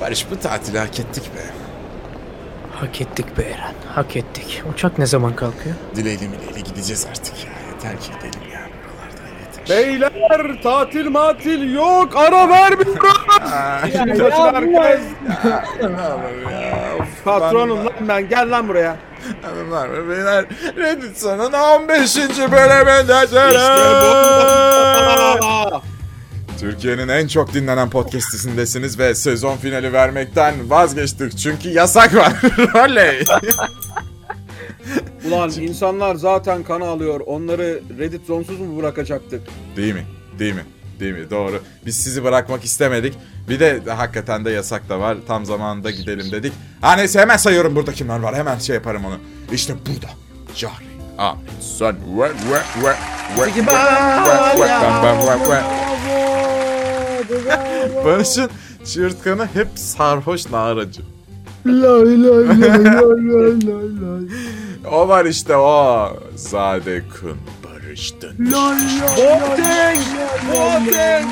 Barış bu tatili hak ettik be. Hak ettik be Eren. Hak ettik. Uçak ne zaman kalkıyor? Dileyle mileyle gideceğiz artık ya. Yeter ki gidelim ya buralarda yeter. Beyler tatil matil yok ara vermiyoruz. Ay, Yani dur ya, arkadaş. Ya, ne olur ya. Of, Patronum lan ben gel lan buraya. Hanımlar ve beyler Reddit San'ın 15. bölümünde Türkiye'nin en çok dinlenen podcast'isindesiniz ve sezon finali vermekten vazgeçtik çünkü yasak var. Oley. Ulan insanlar zaten kan alıyor. Onları Reddit zonsuz mu bırakacaktık? Değil mi? Değil mi? Değil mi? Doğru. Biz sizi bırakmak istemedik. Bir de hakikaten de yasak da var. Tam zamanında gidelim dedik. Ha neyse hemen sayıyorum burada kimler var. Hemen şey yaparım onu. İşte burada. Cahri. Ahmet. Sen. Ve, ve, ve, ve, ve, ve, ve, ve, ve, ve. Barış'ın çığırtkanı hep sarhoş naracı. O var işte o. Zade Kun. Barış'tın. Boateng! Boateng!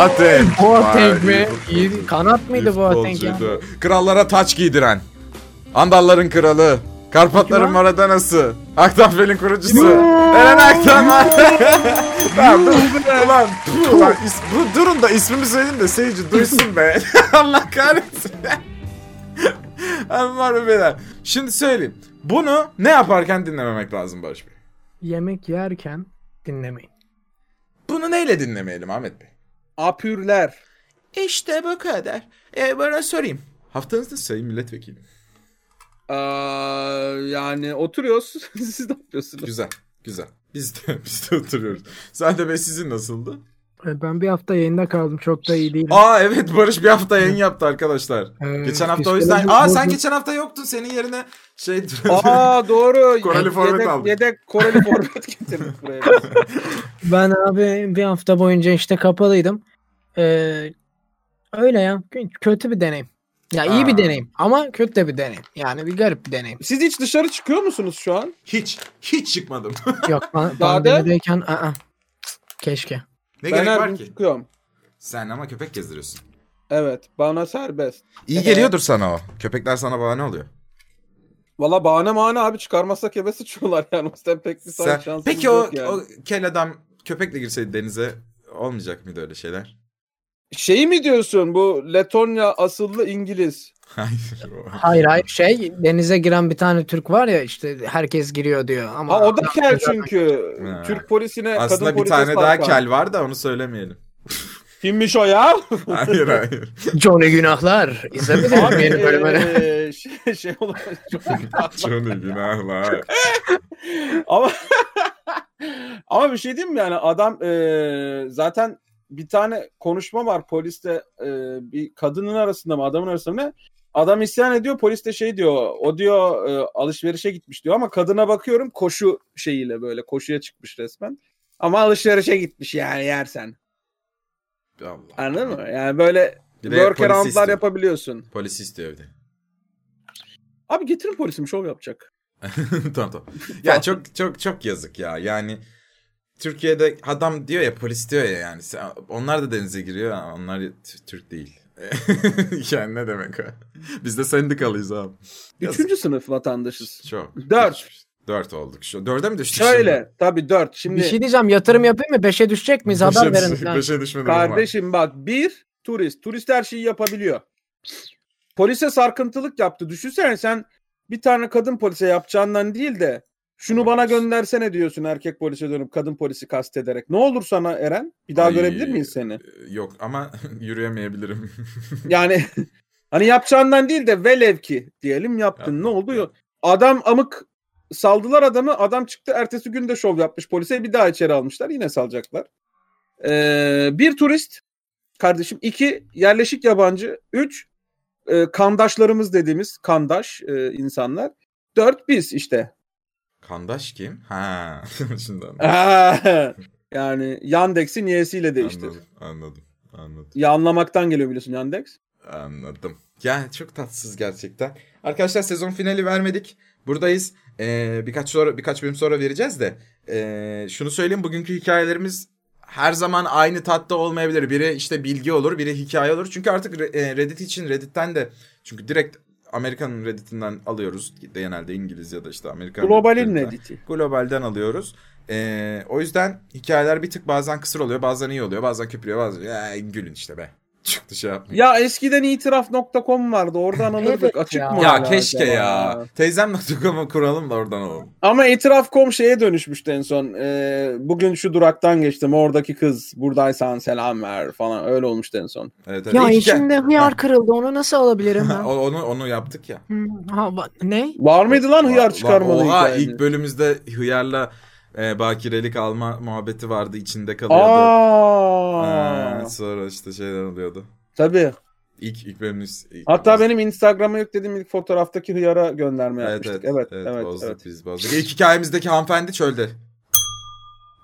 Boateng. Boateng Vay, mi? İyi. Kanat mıydı Lift Boateng ya? golcuydu. Krallara taç giydiren. Andalların kralı. Karpatların Kim o? Maradanası. Aktanfel'in kurucusu. Eren Aktan. Tamam, dur. Ulan, ulan is- bu, durun da ismimi söyleyin de seyirci duysun be. Allah kahretsin. Anlar mı beyler? Şimdi söyleyeyim. Bunu ne yaparken dinlememek lazım Barış Bey? Yemek yerken dinlemeyin. Bunu neyle dinlemeyelim Ahmet Bey? Apürler. İşte bu kadar. E, bana sorayım. Haftanızda sayın milletvekili. Ee, yani oturuyoruz. Siz ne yapıyorsunuz? Güzel, güzel. Biz de, biz de oturuyoruz. Zaten be sizin nasıldı? E, Ben bir hafta yayında kaldım. Çok da iyi değilim. Aa evet Barış bir hafta yayın yaptı arkadaşlar. Hmm. Ee, geçen hafta o psikolojik yüzden. Aa sen bozuk. geçen hafta yoktun. Senin yerine şey Aa doğru. Koreli forvet yedek, aldık. Yedek Koreli forvet getirdik buraya. Ben abi bir hafta boyunca işte kapalıydım. Ee, öyle ya. Kö- Kötü bir deneyim. Ya iyi Aa. bir deneyim ama kötü de bir deneyim. Yani bir garip bir deneyim. Siz hiç dışarı çıkıyor musunuz şu an? hiç hiç çıkmadım. Yok pan- Daha da- pandemideyken aa, keşke. ne ben gerek her var gün ki? çıkıyorum. Sen ama köpek gezdiriyorsun. Evet bana serbest. İyi geliyordur sana o. Köpekler sana bahane oluyor. Valla bahane mahane abi çıkarmazsak eve sıçıyorlar yani. O yüzden pek bir Sen, sen, şansımız peki o, yok yani. o kel adam köpekle girseydi denize olmayacak mıydı öyle şeyler? Şeyi mi diyorsun bu Letonya asıllı İngiliz? Hayır. o- Hayır hayır şey denize giren bir tane Türk var ya işte herkes giriyor diyor ama. Ha o da kel çünkü. Ha. Türk polisine kadın Aslında bir polise tane daha sarkan. kel var da onu söylemeyelim. Kimmiş o ya? Hayır hayır. Johnny Günahlar. İzlemedin mi yeni bölümleri? eee, şey, şey olur. Johnny günahlar. Ama ama bir şey diyeyim mi yani adam eee, zaten bir tane konuşma var poliste eee, bir kadının arasında mı adamın arasında mı ne? Adam isyan ediyor polis de şey diyor o diyor eee, alışverişe gitmiş diyor ama kadına bakıyorum koşu şeyiyle böyle koşuya çıkmış resmen. Ama alışverişe gitmiş yani yersen. Allah. Anladın mı? Yani böyle Bir de polisi workaround'lar istiyor. yapabiliyorsun. Polisi istiyor bir de. Abi getirin polisim şov yapacak. tamam tamam. Ya çok çok çok yazık ya. Yani Türkiye'de adam diyor ya polis diyor ya yani. Sen- Onlar da denize giriyor. ama Onlar t- Türk değil. yani ne demek o? Biz de sendikalıyız abi. Yazık. Üçüncü sınıf vatandaşız. Çok. Dört. Dört olduk. Şu, dörde mi düştük Şöyle tabii dört. Şimdi Bir şey diyeceğim yatırım yapayım mı? Beşe düşecek miyiz? şimdi? Haber Beşe, verin. düş- lütfen. beşe düşme durumu var. kardeşim bak bir turist. Turist her şeyi yapabiliyor. Polise sarkıntılık yaptı. Düşünsene sen bir tane kadın polise yapacağından değil de şunu bana göndersene diyorsun erkek polise dönüp kadın polisi kastederek. Ne olur sana Eren? Bir daha Ay. görebilir miyiz seni? Ee, Yok ama yürüyemeyebilirim. Yani hani yapacağından değil de velev ki diyelim yaptın. Yaptım, ne oldu? Adam amık saldılar adamı. Adam çıktı ertesi gün de şov yapmış polise. Bir daha içeri almışlar. Yine salacaklar. Ee, bir turist kardeşim. iki yerleşik yabancı. Üç e, kandaşlarımız dediğimiz kandaş e, insanlar. Dört biz işte. Kandaş kim? Ha. Şimdi anladım. yani Yandex'in y'siyle değişti. Anladım, anladım. Anladım. Yanlamaktan geliyor biliyorsun Yandex. Anladım. Ya çok tatsız gerçekten. Arkadaşlar sezon finali vermedik. Buradayız. Ee, birkaç sonra birkaç bölüm sonra vereceğiz de. Ee, şunu söyleyeyim bugünkü hikayelerimiz her zaman aynı tatta olmayabilir. Biri işte bilgi olur, biri hikaye olur. Çünkü artık re- e, Reddit için Reddit'ten de çünkü direkt Amerikan Reddit'inden alıyoruz. Genelde İngiliz ya da işte Amerikan Globalin Reddit'inden. Reddit'i. Globalden alıyoruz. Ee, o yüzden hikayeler bir tık bazen kısır oluyor, bazen iyi oluyor, bazen köpürüyor, bazen ya, gülün işte be. Çıktı şey yapmayın. Ya eskiden itiraf.com vardı. Oradan alırdık. Evet Açık ya. mı? Ya, hala keşke acaba? ya. Teyzem.com'u kuralım da oradan alalım. Ama itiraf.com şeye dönüşmüştü en son. Ee, bugün şu duraktan geçtim. Oradaki kız buradaysan selam ver falan. Öyle olmuştu en son. Evet, evet. Ya İlk- içimde hıyar kırıldı. Onu nasıl alabilirim ben? O- onu onu yaptık ya. Hmm, ha, bak- ne? Var mıydı lan Var- hıyar çıkarmalı Oha hikayenin? ilk bölümümüzde hıyarla e, bakirelik alma muhabbeti vardı içinde kalıyordu. Aa, Ha, sonra işte şeyler oluyordu. tabii. İlk ilk bölümümüz. ilk- Hatta benim Instagram'a yüklediğim ilk fotoğraftaki hıyara gönderme evet evet, yapmıştık. Evet, evet, evet. bozduk biz bozduk. İlk hikayemizdeki hanımefendi çölde.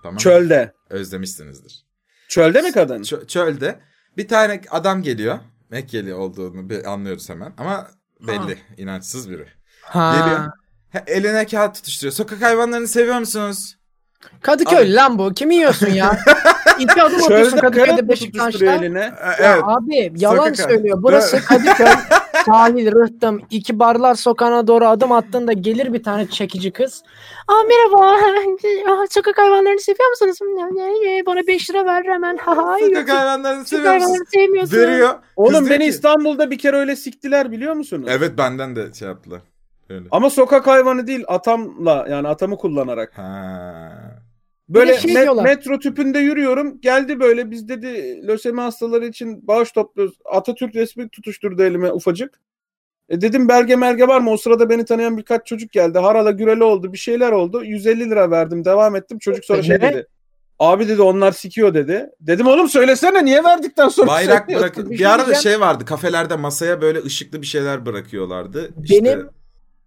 Tamam. Çölde. Özlemişsinizdir. Çölde mi kadın? Çö- çölde bir tane adam geliyor. Mekkeli olduğunu bir anlıyoruz hemen ama belli inançsız biri. Ha. Geliyor. He, eline kağıt tutuşturuyor. Sokak hayvanlarını seviyor musunuz? Kadıköy Abi- lan bu. Kimi yiyorsun ya? İki adım atıyorsun Çölde Kadıköy'de karın mı tutuşturuyor Beşiktaş'ta. eline? E, Ya evet. abi yalan Sokak- söylüyor. Burası Kadıköy. Sahil, rıhtım, iki barlar sokağına doğru adım attığında gelir bir tane çekici kız. Aa merhaba. Aa, Sokak hayvanlarını seviyor musunuz? Bana 5 lira ver hemen. Ha, ha, Sokak yoksa- hayvanlarını sokak seviyor musunuz? hayvanlarını sevmiyorsun. Veriyor. Kız Oğlum diyor beni ki- İstanbul'da bir kere öyle siktiler biliyor musunuz? Evet benden de şey yaptılar. Öyle. Ama sokak hayvanı değil atamla yani atamı kullanarak. Ha. Böyle Bir de şey me- diyorlar. metro tüpünde yürüyorum. Geldi böyle biz dedi lösemi hastaları için bağış topluyoruz. Atatürk resmi tutuşturdu elime ufacık. E dedim belge merge var mı? O sırada beni tanıyan birkaç çocuk geldi. Harala gürele oldu bir şeyler oldu. 150 lira verdim devam ettim. Çocuk sonra şey Ne? dedi. Abi dedi onlar sikiyor dedi. Dedim oğlum söylesene niye verdikten sonra Bayrak söylüyorsun?" bırakın. bir Bir şey arada diyeceğim. şey vardı. Kafelerde masaya böyle ışıklı bir şeyler bırakıyorlardı. Benim-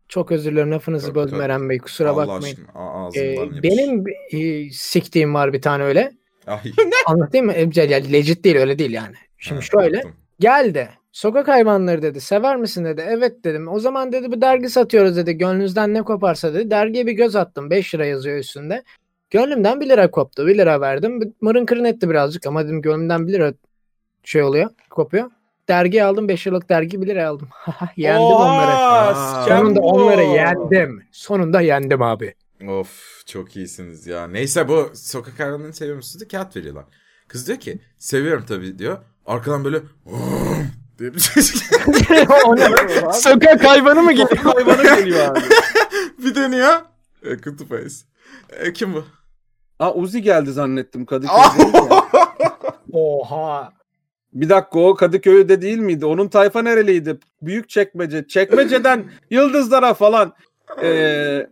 Çok özür dilerim lafınızı Tabii, böldüm tabii. Eren Bey kusura Allah bakmayın. aşkına, a- ağzım Ee, bal yapış. benim şey? e, siktiğim var bir tane öyle. Ay. Anlatayım mı? E, ya Legit değil öyle değil yani. Şimdi Ha, şöyle unuttum. geldi. Sokak hayvanları dedi. Sever misin dedi. Evet dedim. O zaman dedi bu dergi satıyoruz dedi. Gönlünüzden ne koparsa dedi. Dergiye bir göz attım. 5 lira yazıyor üstünde. Gönlümden 1 lira koptu. 1 lira verdim. Mırın kırın etti birazcık ama dedim gönlümden 1 lira şey oluyor. Kopuyor. Dergi aldım. 5 liralık dergi 1 lira aldım. yendim onları. Aa. siken Sonunda bu. onları yendim. Sonunda yendim abi. Of çok iyisiniz ya. Neyse bu sokak hayvanlarını seviyor musunuz? diye Kağıt veriyorlar. Kız diyor ki seviyorum tabii diyor. Arkadan böyle "Vroom" diye bir ses geliyor. O ne? Sokak hayvanı mı geliyor? Sokak hayvanı geliyor abi. bir dönüyor. E, kutu payız. E, kim bu? Ha Uzi geldi zannettim Kadıköy'de. Ah! Oha. Bir dakika o Kadıköy'de değil miydi? Onun tayfa nereliydi? Büyük çekmece. Çekmeceden yıldızlara falan. Ee,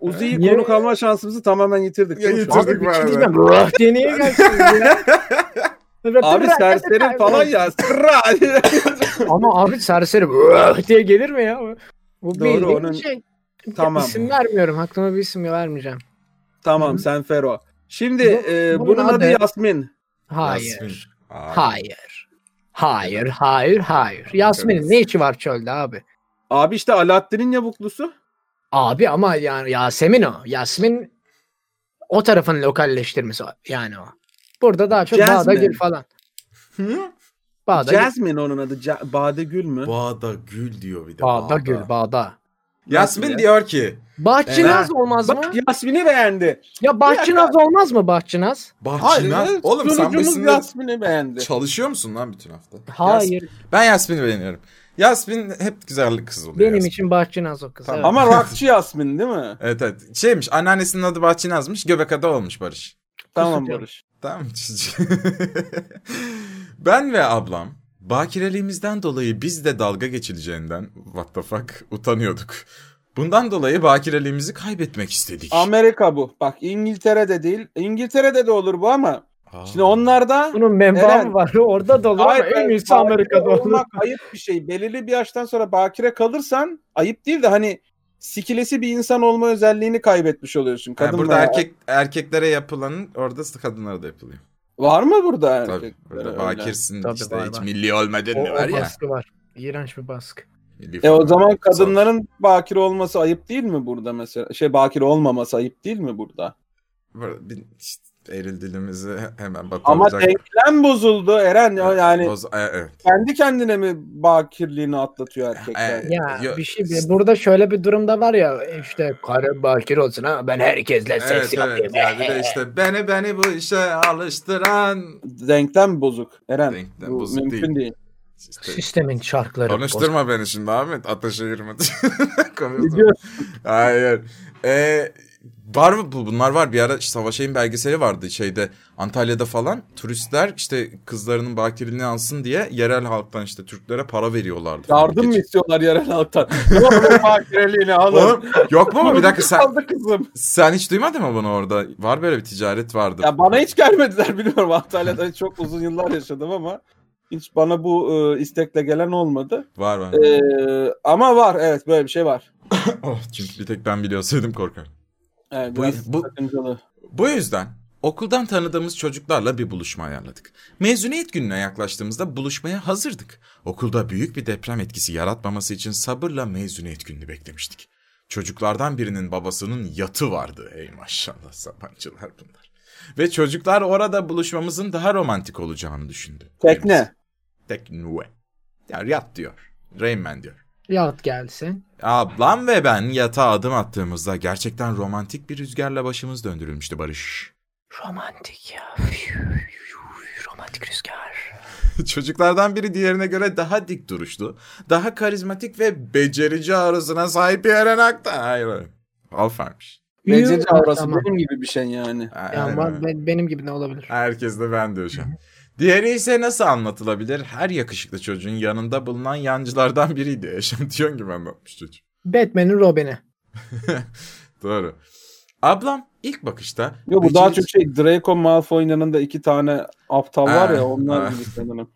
Uzi'yi Niye? konuk alma şansımızı tamamen yitirdik. Ya değil mi şu an? yitirdik. Çocuk Abi bir var şey be. diyeceğim. Rah diye niye gelsin ya? Abi serseri falan ya. Sırra. Ama abi serseri rah diye gelir mi ya? Bu Doğru, bildiğin onun- şey. tamam. İsim vermiyorum. Aklıma bir isim vermeyeceğim. tamam sen Fero. Şimdi Bu- e, bunun bunun adı adı- Yasmin. Yasmin. Hayır. Aa, Hayır. Hayır, hayır, hayır. Yasmin'in ne işi var çölde abi? Abi işte Alaaddin'in yavuklusu. Abi ama yani Yasemin o. Yasmin o tarafın lokalleştirmesi o- yani o. Burada daha çok Jasmine. Bağda Gül falan. Hı? Bağda Gül. Jasmine onun adı. Ca- Badegül mü? Bağda gül diyor bir de. Bağda Gül, Bağda. Yasmin diyor ki Bahçınaz olmaz mı? Bak Yasmin'i beğendi. Ya Bahçınaz olmaz mı Bahçınaz? Bahçinaz. Oğlum sen sunucumuz besinle Yasmin'i beğendi. çalışıyor musun lan bütün hafta? Yas- Hayır. Ben Yasmin'i beğeniyorum. Yasmin hep güzellik kız oluyor. benim Yasmin. için Bahçınaz o kız. Tamam. evet. Ama rockçı Yasmin değil mi? Evet evet. Şeymiş anneannesinin adı Bahçinaz'mış. Göbek adı olmuş Barış. Tamam Kusacağım. Barış. Tamam mı çocuk? ben ve ablam bakireliğimizden dolayı biz de dalga geçileceğinden what the fuck utanıyorduk. Bundan dolayı bakireliğimizi kaybetmek istedik. Amerika bu. Bak İngiltere'de değil. İngiltere'de de olur bu ama. Aa. Şimdi onlarda Bunun menbaı Eren. mı var? Orada da olur ama Hayır, en iyisi bakire Amerika'da olur. olmak ayıp bir şey. Belirli bir yaştan sonra bakire kalırsan ayıp değil de hani sikilesi bir insan olma özelliğini kaybetmiş oluyorsun. Yani Kadın burada veya- erkek erkeklere yapılanın orada kadınlara da yapılıyor. var mı burada Tabii. Burada erkeklere öyle? bakirsin Tabii, işte var, hiç var. milli olmadın O, mı var o ya. baskı var. İğrenç bir baskı. Milli E o falan. zaman kadınların bakire olması ayıp değil mi burada mesela? Şey bakire olmaması ayıp değil mi burada? Burada bir- işte Eril dilimizi hemen Ama batıracak. denklem bozuldu Eren. Ya Yani Boz- e, e, kendi kendine mi bakirliğini atlatıyor erkekler? e, Ya yo- bir şey burada şöyle bir durumda var ya işte karı bakir olsun ha ben herkesle Evet seks yapayım. evet ya bir de işte beni beni bu işe alıştıran Denklem bozuk Eren. Denklem Bu bozuk mümkün değil. değil. işte Sistemin çarkları. bozuk. Konuşturma beni şimdi Ahmet. Ataşehir mi? Konuşturma. Gidiyor. Hayır. Ee, var mı bu? Bunlar var. Bir ara işte Savaşay'ın belgeseli vardı şeyde Antalya'da falan. Turistler işte kızlarının bakirliğini alsın diye yerel halktan işte Türklere para veriyorlardı. falan. Yardım mı Geç- istiyorlar yerel halktan? Oğlum bakireliğini alın. Oğlum, yok mu? Bir dakika sen, Aldı kızım. sen hiç duymadın mı bunu orada? Var böyle bir ticaret vardı. Ya bana hiç gelmediler biliyorum. Antalya'da çok uzun yıllar yaşadım ama hiç bana bu e, istekle gelen olmadı. Var var. E, ama var evet böyle bir şey var. Oh, çünkü bir tek ben biliyorsaydım korkarım. Evet, Bu- biraz bu- sakıncalı. Bu yüzden okuldan tanıdığımız çocuklarla bir buluşma ayarladık. Mezuniyet gününe yaklaştığımızda buluşmaya hazırdık. Okulda büyük bir deprem etkisi yaratmaması için sabırla mezuniyet gününü beklemiştik. Çocuklardan birinin babasının yatı vardı. Ey maşallah sapancılar bunlar. Ve çocuklar orada buluşmamızın daha romantik olacağını düşündü. Tekne. Tekne. Ya yat diyor. Rain Man diyor. Yahut gelsin. Ablam ve ben yatağa adım attığımızda gerçekten romantik bir rüzgarla başımız döndürülmüştü Barış. Romantik ya. Romantik rüzgar. Çocuklardan biri diğerine göre daha dik duruşlu, daha karizmatik ve becerici arasına sahip bir Eren Akta. Hayır. Alfarmış. Beceri avrası Tamam. benim gibi bir şey yani. Ya Ee. ama ben- benim gibi ne olabilir? Herkes de ben diyor şu an. Diğeri ise nasıl anlatılabilir? Her yakışıklı çocuğun yanında bulunan yancılardan biriydi. Eşantiyon gibi anlatmış çocuk. Batman'in Robin'i. Doğru. Ablam ilk bakışta... Yo, bu daha becerici- çok şey Draco Malfoy'un yanında iki tane aptal var Ha, ya onlar ha. gibi sanırım. şey-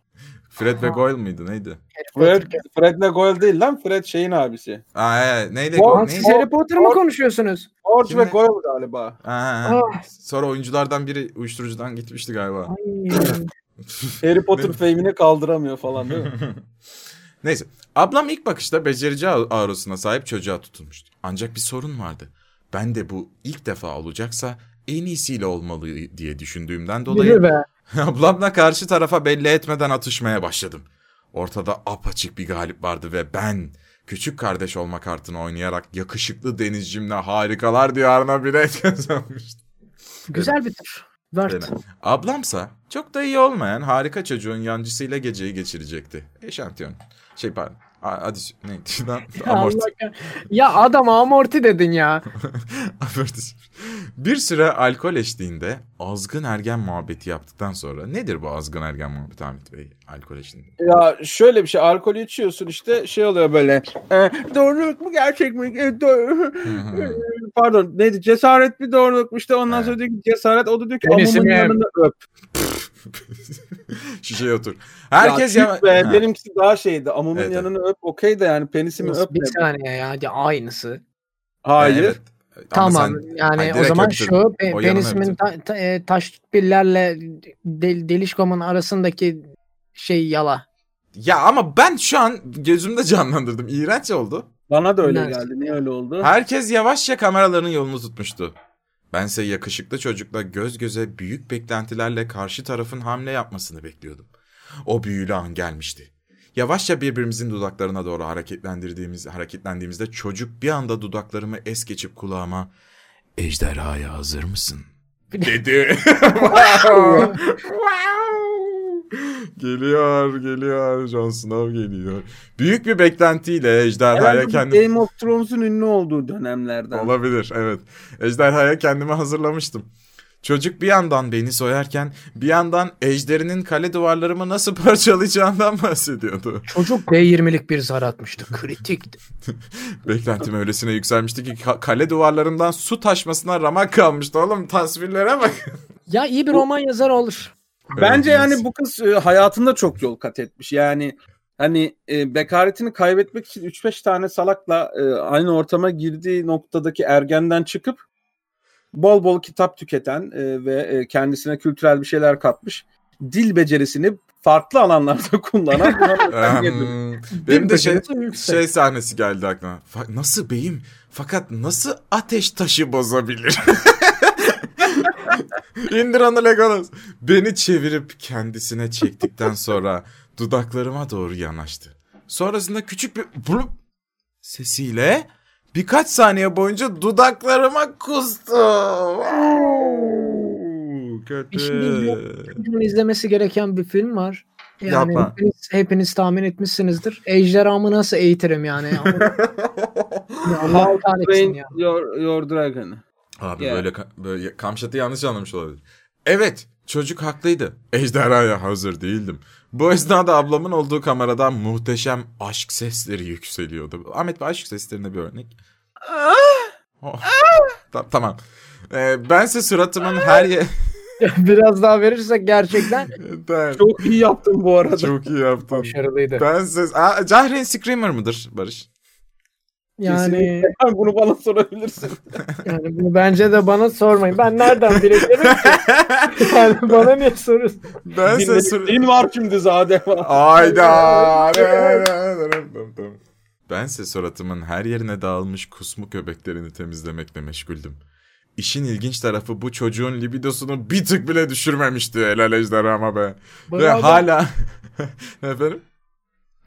Fred ve Goyle mıydı neydi? Fred, Fred'le Goyle değil lan Fred şeyin abisi. Aa, e, neydi? Goyle- Goyle? Lan siz Neydi? Harry Potter mı konuşuyorsunuz? George Kimle? ve Goyle galiba. Aa, Ah. sonra oyunculardan biri uyuşturucudan gitmişti galiba. Harry Potter fame'ini kaldıramıyor falan değil mi? Neyse. Ablam ilk bakışta becerici ağ- ağrısına sahip çocuğa tutulmuştu. Ancak bir sorun vardı. Ben de bu ilk defa olacaksa en iyisiyle olmalı diye düşündüğümden Yürü dolayı be. ablamla karşı tarafa belli etmeden atışmaya başladım. Ortada apaçık bir galip vardı ve ben küçük kardeş olma kartını oynayarak yakışıklı denizcimle harikalar diyarına bilet kazanmıştım. Güzel bir tur. Dört. Dene. Ablamsa çok da iyi olmayan harika çocuğun yancısıyla geceyi geçirecekti. Eşantiyon. Şey pardon. A- Adis neydi lan? Amorti. Allah kah- Ya adam amorti dedin ya. Amorti. Bir süre alkol eşliğinde azgın ergen muhabbeti yaptıktan sonra nedir bu azgın ergen muhabbeti Ahmet Bey? Alkol eşliğinde. Ya şöyle bir şey alkol içiyorsun işte şey oluyor böyle e, doğruluk mu gerçek mi E, do- Hı hı. pardon neydi cesaret mi doğruluk mu işte ondan Evet. sonra diyor ki cesaret o da diyor ki Beni amumun sinir. yanında öp. Şişeye otur. Herkes ya, ya, tüh be, Ha. benimkisi daha şeydi amumun Evet, evet. yanını öp okey de yani penisimi öp bir de. saniye ya. Hadi aynısı. Hayır. Evet. Ama tamam. sen- yani Hayır, o direkt zaman öptün. şu pe- O yanına öptün. penisimin ta, ta- e, taş pillerle del, delişkomun arasındaki şey yala. Ya ama ben şu an gözümde canlandırdım. İğrenç oldu. Bana da öyle Nerede? geldi niye öyle oldu? Herkes yavaşça kameraların yolunu tutmuştu. Bense yakışıklı çocukla göz göze büyük beklentilerle karşı tarafın hamle yapmasını bekliyordum. O büyülü an gelmişti. Yavaşça birbirimizin dudaklarına doğru hareketlendirdiğimiz hareketlendiğimizde çocuk bir anda dudaklarımı es geçip kulağıma "Ejderhaya hazır mısın?" dedi. Wow. Wow. geliyor, geliyor. John Snow geliyor. Büyük bir beklentiyle ejderhaya Herhalde bu kendimi... Game of Thrones'un ünlü olduğu dönemlerden. Olabilir evet. Ejderhaya kendimi hazırlamıştım. Çocuk bir yandan beni soyarken bir yandan ejderinin kale duvarlarımı nasıl parçalayacağından bahsediyordu. Çocuk D20'lik bir zar atmıştı. Kritikti. Beklentim öylesine yükselmişti ki ka- kale duvarlarımdan su taşmasına ramak kalmıştı oğlum tasvirlere bak. ya iyi bir roman yazarı olur. Bence Evet, yani evet. bu kız e, hayatında çok yol kat etmiş. Yani hani e, bekaretini kaybetmek için 3-5 tane salakla e, aynı ortama girdiği noktadaki ergenden çıkıp bol bol kitap tüketen e, ve e, kendisine kültürel bir şeyler katmış. Dil becerisini farklı alanlarda kullanan bir hanımefendi. Ehm, Benim de şey, becerisi yüksek. şey sahnesi geldi aklıma. Fa- Nasıl beyim? Fakat nasıl ateş taşı bozabilir? İndir onu Legolas. Beni çevirip kendisine çektikten sonra dudaklarıma doğru yanaştı. Sonrasında küçük bir blup sesiyle birkaç saniye boyunca dudaklarıma kustu. Au, Kötü. Çocuğun izlemesi gereken bir film var. Yani Yapma. hepiniz, hepiniz tahmin etmişsinizdir. Ejderhamı nasıl eğitirim yani? Ya Allah kahretsin Train ya. your, your dragon. Abi Ya. böyle, ka- böyle Kamşat'ı yanlış anlamış olabilir. Evet çocuk haklıydı. Ejderhaya hazır değildim. Bu esnada ablamın olduğu kameradan muhteşem aşk sesleri yükseliyordu. Ahmet bir aşk seslerine bir örnek. Oh. Ta- tamam. Ee, bense suratımın her ye... Biraz daha verirsek gerçekten Ben- Çok iyi yaptın bu arada. Çok iyi yaptın. başarılıydı. Ben ses... Aa, Cahre'nin Screamer mıdır Barış? Yani, Kesinlikle. Bunu bana sorabilirsin. yani bunu bence de bana sormayın. Ben nereden bileceğim ki? Yani bana niye soruyorsun? Ben ses... sur- Din var şimdi zaten. Ayda. Bense suratımın her yerine dağılmış kusmu köpeklerini temizlemekle meşguldüm. İşin ilginç tarafı bu çocuğun libidosunu bir tık bile düşürmemişti helal ejderhama be. Ve Bravo. hala... Efendim?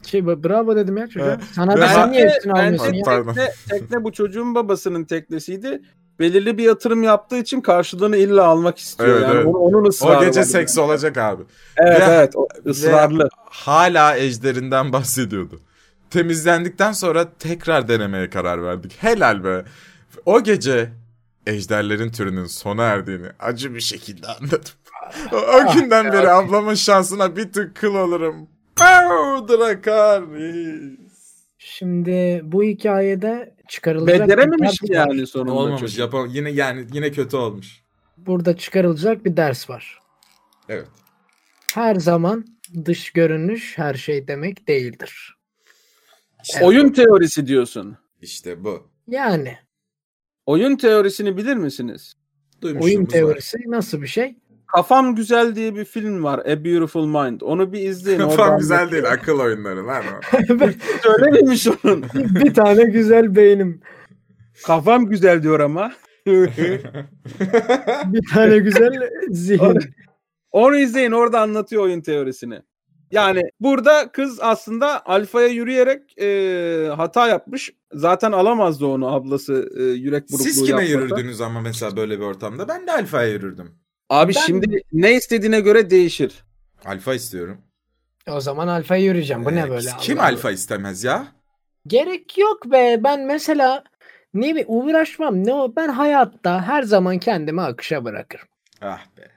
Şey, bravo dedim ya çocuğa. Evet. Sana Ve da ha- sen niye üstüne bence almıyorsun ya? Pardon. tekne, tekne bu çocuğun babasının teknesiydi. Belirli bir yatırım yaptığı için karşılığını illa almak istiyor. Evet, yani evet. Onun, onun ısrarı O gece var. seks olacak abi. Evet Ve- evet o ısrarlı. Hala ejderinden bahsediyordu. Temizlendikten sonra tekrar denemeye karar verdik. Helal be. O gece ejderlerin türünün sona erdiğini acı bir şekilde anladım. O, o Ah, günden beri ablamın şansına bir tık kıl olurum. Pow, Drakaris. Şimdi bu hikayede çıkarılacak Becerememiş bir mi ders var. yani sonunda çocuk? yapam yine yani yine kötü olmuş. Burada çıkarılacak bir ders var. Evet. Her zaman dış görünüş her şey demek değildir. Oyun teorisi diyorsun. İşte bu. Yani Oyun teorisini bilir misiniz? oyun teorisi nasıl bir şey? Kafam Güzel diye bir film var. A Beautiful Mind. Onu bir izleyin. Kafam güzel değil akıl oyunları lan o. Söylememiş onun. bir tane güzel beynim, Kafam güzel diyor ama. bir tane güzel zihin. Onu- Onu izleyin orada anlatıyor oyun teorisini. Yani burada kız aslında alfaya yürüyerek e, hata yapmış. Zaten alamazdı onu ablası e, yürek burukluğu Siz kime yapmasa. yürürdünüz ama mesela böyle bir ortamda? Ben de alfaya yürürdüm. Abi Ben- şimdi ne istediğine göre değişir. Alfa istiyorum. O zaman alfaya yürüyeceğim. Bu Ee, ne böyle? Kim Allah Allah. alfa istemez ya? Gerek yok be. Ben mesela ne bi- uğraşmam. Ne o? Ben hayatta her zaman kendimi akışa bırakırım. Ah be.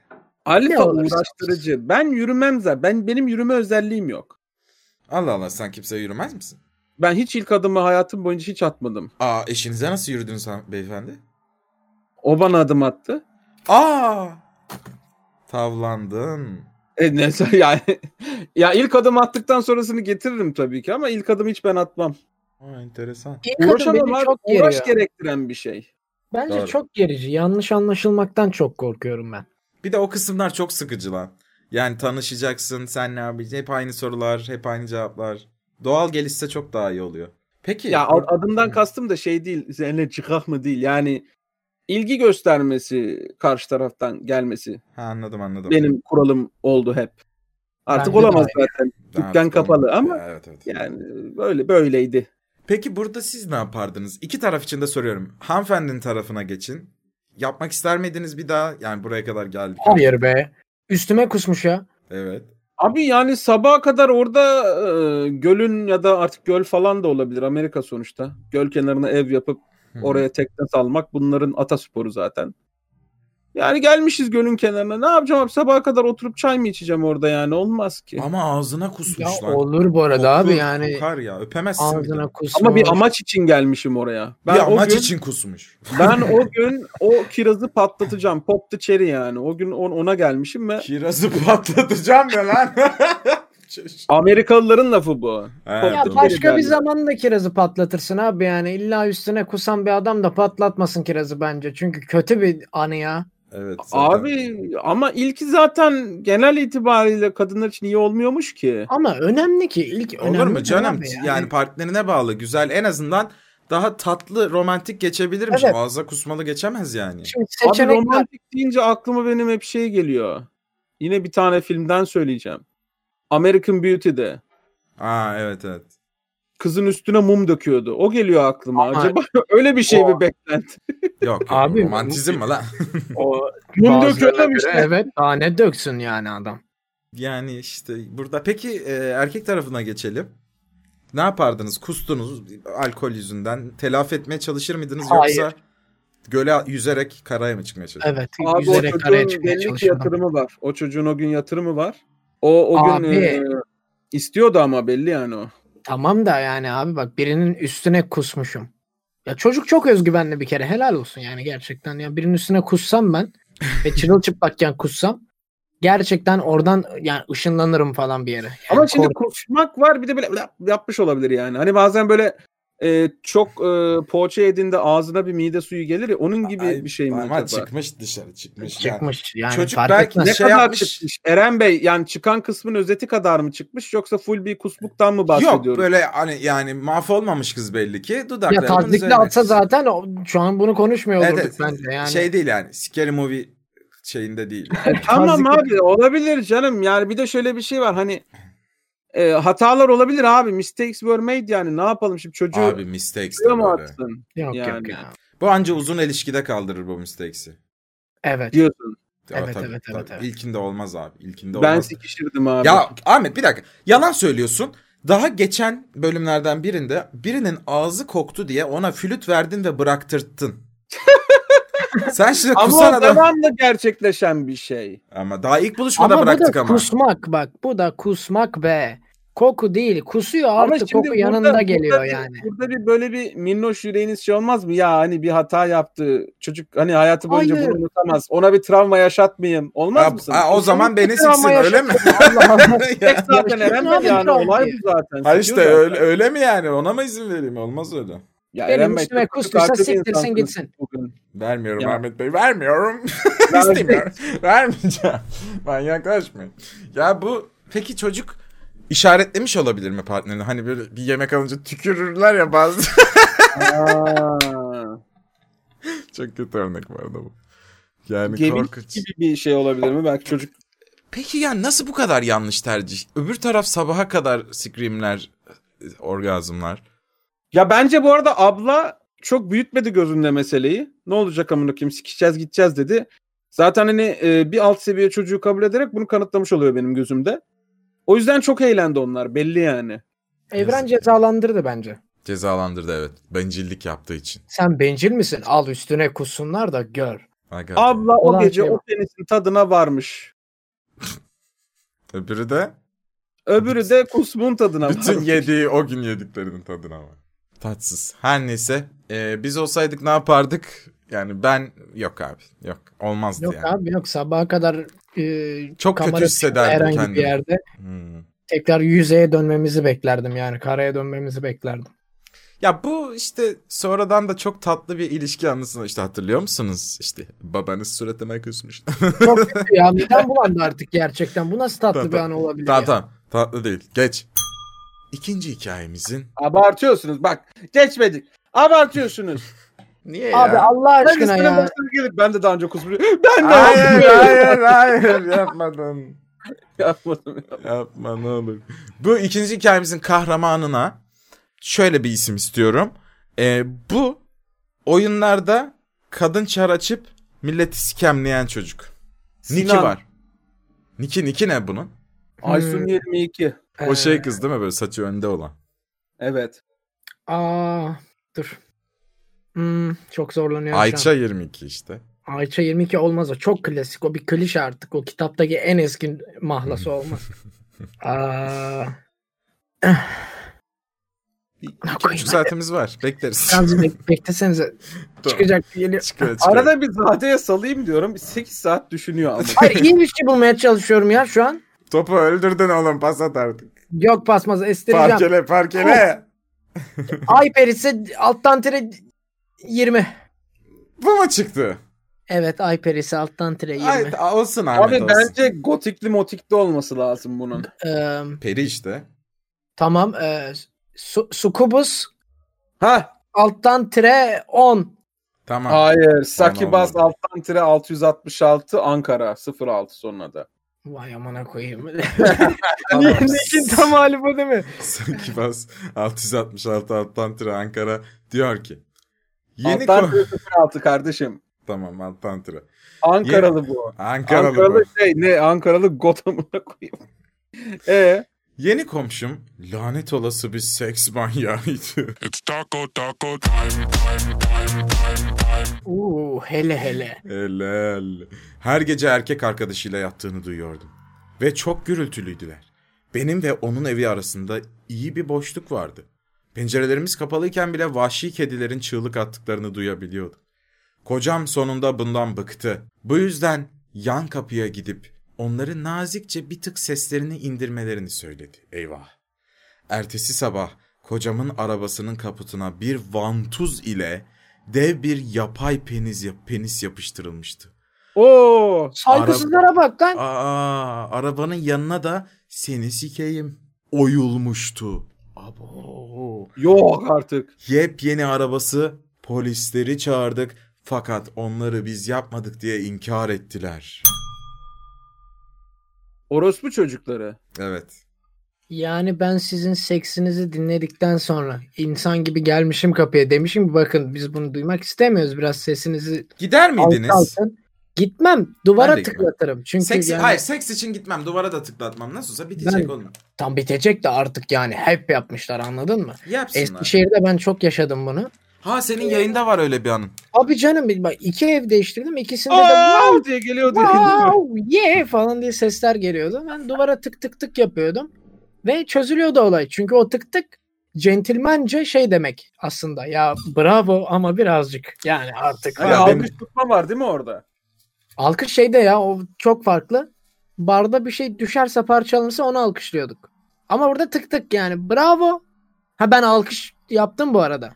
Alfa olursa uğraştırıcı. Ben yürümem zaten. Ben benim yürüme özelliğim yok. Allah Allah sen kimseye yürümez misin? Ben hiç ilk adımı hayatım boyunca hiç atmadım. Aa eşinize nasıl yürüdünüz han- beyefendi? O bana adım attı. Aa! Tavlandın. E neyse yani. ya ilk adım attıktan sonrasını getiririm tabii ki ama ilk adımı hiç ben atmam. Aa, enteresan. İlk adım Uğraşamam beni abi. çok Uğraş geriyor. gerektiren bir şey. Bence Doğru. çok gerici. Yanlış anlaşılmaktan çok korkuyorum ben. Bir de o kısımlar çok sıkıcı lan. Yani tanışacaksın, sen ne yapacaksın? Hep aynı sorular, hep aynı cevaplar. Doğal gelişse çok daha iyi oluyor. Peki. Ya or- ad- adımdan kastım da şey değil, seninle çıkak mı değil. Yani ilgi göstermesi karşı taraftan gelmesi Ha, anladım anladım. benim kuralım oldu hep. Artık Bence olamaz de. zaten. Ha, dükkan kapalı tamam. ama- Ya, Evet, evet. Yani böyle böyleydi. Peki burada siz ne yapardınız? İki taraf için de soruyorum. Hanımefendinin tarafına geçin. Yapmak ister miydiniz bir daha? Yani buraya kadar geldik. Hayır be. Üstüme kusmuş ya. Evet. Abi yani sabaha kadar orada e, gölün ya da artık göl falan da olabilir Amerika sonuçta. Göl kenarına ev yapıp Hı. oraya tekne salmak bunların atasporu zaten. Yani gelmişiz gölün kenarına. Ne yapacağım abi sabaha kadar oturup çay mı içeceğim orada yani olmaz ki. Ama ağzına kusmuş Ya lan. olur bu arada abi Kokur, yani Kokar ya. Öpemezsin bir de. ağzına kusmuş. Ama bir amaç için gelmişim oraya. Ben bir o amaç gün, için kusmuş. ben o gün o kirazı patlatacağım. Pop the cherry yani. O gün on- ona gelmişim ve Kirazı patlatacağım ya lan. Amerikalıların lafı bu. Evet, ya doğru. başka bir Yani. zaman da kirazı patlatırsın abi yani. İlla üstüne kusan bir adam da patlatmasın kirazı bence. Çünkü kötü bir anı ya. evet, zaten. Abi ama ilki zaten genel itibariyle kadınlar için iyi olmuyormuş ki. Ama önemli ki ilk Olur önemli mu canım? abi Yani partnerine bağlı. Güzel. En azından daha tatlı romantik geçebilirmiş. Evet. Ağza kusmalı geçemez yani. Şimdi Abi seçenekler romantik deyince aklıma benim hep şey geliyor. Yine bir tane filmden söyleyeceğim. American Beauty'de Aa evet evet. kızın üstüne mum döküyordu. O geliyor aklıma. Ama- Acaba öyle bir şey O- mi beklenti? Yok, yok Abi, romantizm mi lan? o Mum bazılarına döküyor göre demişler. Evet daha ne döksün yani adam. Yani işte burada peki e, erkek tarafına geçelim. Ne yapardınız? Kustunuz alkol yüzünden. Telafi etmeye çalışır mıydınız Hayır. yoksa göle yüzerek karaya mı çıkmaya çalışırdınız? Evet Abi o yüzerek araya çocuğun çıkmaya belli ki çalışıyor. adam. yatırımı var. O çocuğun o gün yatırımı var. O o Abi. gün e, istiyordu ama belli yani o. Tamam da yani abi bak birinin üstüne kusmuşum. Ya çocuk çok özgüvenli bir kere helal olsun yani gerçekten. Ya birinin üstüne kussam ben ve çırılçıplakken kussam gerçekten oradan yani ışınlanırım falan bir yere. Yani Ama şimdi kork- kusmak var bir de böyle yap- yapmış olabilir yani. Hani bazen böyle e, çok e, poğaça yediğinde ağzına bir mide suyu gelir ya onun gibi Ay, bir şey mi Ama acaba? çıkmış dışarı çıkmış. yani. çıkmış yani Çocuk fark belki etmez. Ne Şey kadar yapmış- çıkmış? Eren Bey yani çıkan kısmın özeti kadar mı çıkmış yoksa full bir kusmuktan mı bahsediyoruz? Yok böyle hani yani mahvolmamış kız belli ki Ya dudaklarının tazdikli üzerine. atsa zaten o- şu an bunu konuşmuyor Evet, olurduk evet. bence yani. Şey değil yani scary movie şeyinde değil. yani. Tamam Tazdikli- abi olabilir canım. Yani bir de şöyle bir şey var hani e, hatalar olabilir abi. Mistakes were made yani ne yapalım şimdi çocuğu Abi mistakes de suya mı böyle. atsın Yok yok Yani. ya. Bu anca uzun ilişkide kaldırır bu mistakes'i. Evet. diyorsun. Aa, Evet, evet, evet, evet. İlkinde olmaz abi. İlkinde Ben olmaz. sikişirdim abi. Ya Ahmet bir dakika. Yalan söylüyorsun. Daha geçen bölümlerden birinde birinin ağzı koktu diye ona flüt verdin ve bıraktırttın. Sen şimdi Ama kusan o adam. devamlı gerçekleşen bir şey. Ama daha ilk buluşmada Ama bu bıraktık da ama. kusmak bak bu da kusmak be. Koku değil kusuyor Ama artık şimdi koku burada- yanında geliyor burada bir- yani. Burada bir böyle bir minnoş yüreğiniz şey olmaz mı? Ya hani bir hata yaptı. Çocuk hani hayatı boyunca Hayır. bunu unutamaz. Ona bir travma yaşatmayayım. Olmaz Aa, mısın? aa, o zaman beni Travma siksin öyle mi? Allah Allah. Tek Ya. zaten Ya, Eren abi, Bey yani travma olay diye. bu zaten. Ha Sikiyor işte zaten. öyle, öyle mi yani? Ona mı izin vereyim? Olmaz öyle. Ya Benim Eren Bey üstüme çok kustuysa kötü siktirsin insansınız gitsin. bugün. Vermiyorum Ya. Ahmet Bey. Vermiyorum. Ya İstemiyorum. Vermeyeceğim. Manyaklaşmayın. Ya bu peki çocuk işaretlemiş olabilir mi partnerini? Hani böyle bir yemek alınca tükürürler ya bazı. Aa, Çok kötü örnek bu arada bu. Yani Gevik korkunç. gibi bir şey olabilir mi? Belki çocuk Peki ya nasıl bu kadar yanlış tercih? Öbür taraf sabaha kadar screamler, e, orgazmlar. Ya bence bu arada abla çok büyütmedi gözünde meseleyi. Ne olacak amına koyayım sikişeceğiz gideceğiz dedi. Zaten hani e, bir alt seviye çocuğu kabul ederek bunu kanıtlamış oluyor benim gözümde. O yüzden çok eğlendi onlar belli yani. Evren Yazık ya. cezalandırdı bence. Cezalandırdı evet. Bencillik yaptığı için. Sen bencil misin? Al üstüne kussunlar da gör. Aga. Abla o Olan gece şey o var. penisin tadına varmış. Öbürü de Öbürü de kusmun tadına bütün varmış. yediği o gün yediklerinin tadına var. Tatsız. Her neyse. e, biz olsaydık ne yapardık? Yani ben yok abi. Yok. Olmazdı Yok yani. abi yok sabaha kadar e, Çok kötü kamera hissederdim herhangi kendimi. bir yerde Hmm. tekrar yüzeye dönmemizi beklerdim yani karaya dönmemizi beklerdim. Ya bu işte sonradan da çok tatlı bir ilişki anısını işte hatırlıyor musunuz? İşte babanız suratıma kusmuş. Çok kötü ya midem bulandı artık gerçekten. Bu nasıl tatlı Tamam, bir an olabilir tamam ya? tamam tatlı değil geç. İkinci hikayemizin. Abartıyorsunuz bak geçmedik. Abartıyorsunuz. Niye Abi ya? Allah Ben de aşkına sana ya. baştan gelip ben de daha önce kusmuş. Ben de Hayır hayır hayır yapmadım. yapmadım. Yapma ne olur. Bu ikinci hikayemizin kahramanına şöyle bir isim istiyorum. Ee, bu oyunlarda kadın çar açıp milleti sikemleyen çocuk. Niki Sinan. var. Niki Niki ne bunun? Aysun 22. O Ee, şey kız değil mi böyle saçı önde olan? Evet. Aa dur. Hmm, çok zorlanıyorum şu Ayça an. 22 işte. Ayça 22 olmaz o. Çok klasik. O bir klişe artık. O kitaptaki en eski mahlası olmaz. Aa, İki buçuk saatimiz var. Bekleriz. biraz bek- beklesenize. Çıkacak geliyor. Çıkıyor, çıkıyor. Arada bir zadeye salayım diyorum. 8 saat düşünüyor ama. Hayır iyi bir şey bulmaya çalışıyorum ya şu an. Topu öldürdün oğlum pas at artık. Yok basmaz estireceğim. Parkele parkele. Ay perisi alttan tire 20. Bu mu çıktı? Evet ay perisi alttan tire 20. Ay, olsun Abi Ahmet olsun. bence gotikli motikli olması lazım bunun. Ee, Peri işte. tamam. E, su, sukubus Ha alttan tire 10. Tamam. Hayır. Sakibas olmadı. alttan tire 666 Ankara 06 sonuna da. Vay amına koyayım. Niçin tam hali bu değil mi? Sanki bas 666 alttan tire Ankara diyor ki. Yeni Yeni alttan ko- tire 06 kardeşim. tamam alttan tire. Ankaralı bu. Ankaralı, bu. Ankaralı şey ne? Ankaralı Gotham'ına koyayım. E Yeni komşum lanet olası bir seks manyağıydı. It's taco taco time. Uuu hele hele. Helal. Her gece erkek arkadaşıyla yattığını duyuyordum. Ve çok gürültülüydüler. Benim ve onun evi arasında iyi bir boşluk vardı. Pencerelerimiz kapalıyken bile vahşi kedilerin çığlık attıklarını duyabiliyordum. Kocam sonunda bundan bıktı. Bu yüzden yan kapıya gidip onları nazikçe bir tık seslerini indirmelerini söyledi. Eyvah. Ertesi sabah kocamın arabasının kaputuna bir vantuz ile dev bir yapay penis, yap- penis yapıştırılmıştı. o Saygısızlara bak lan. Aa, arabanın yanına da seni sikeyim oyulmuştu. Abo. yok artık. Yepyeni arabası polisleri çağırdık fakat onları biz yapmadık diye inkar ettiler. Orospu çocukları. Evet. Yani ben sizin seksinizi dinledikten sonra insan gibi gelmişim kapıya demişim ki bakın biz bunu duymak istemiyoruz biraz sesinizi Gider miydiniz? alçaltın. Gitmem duvara Ben de gitmem. tıklatırım çünkü Seks, yani Hayır seks için gitmem duvara da tıklatmam nasılsa bitecek Ben- oğlum. tam bitecek de artık yani hep yapmışlar anladın mı? Yapsınlar. Eskişehir'de ben çok yaşadım bunu. Ha senin yayında var öyle bir anın. Abi canım bir- bak iki ev değiştirdim ikisinde de wow, Aa diye geliyordu. wow yeah falan diye sesler geliyordu. Ben duvara tık tık tık yapıyordum ve çözülüyordu olay. Çünkü o tık tık centilmence şey demek aslında. Ya bravo ama birazcık yani artık. Ha, Ya almış benim- Hani tutma var değil mi orada? Alkış şeyde ya o çok farklı. Barda bir şey düşerse parçalanırsa onu alkışlıyorduk. Ama burada tık tık yani bravo. Ha ben alkış yaptım bu arada.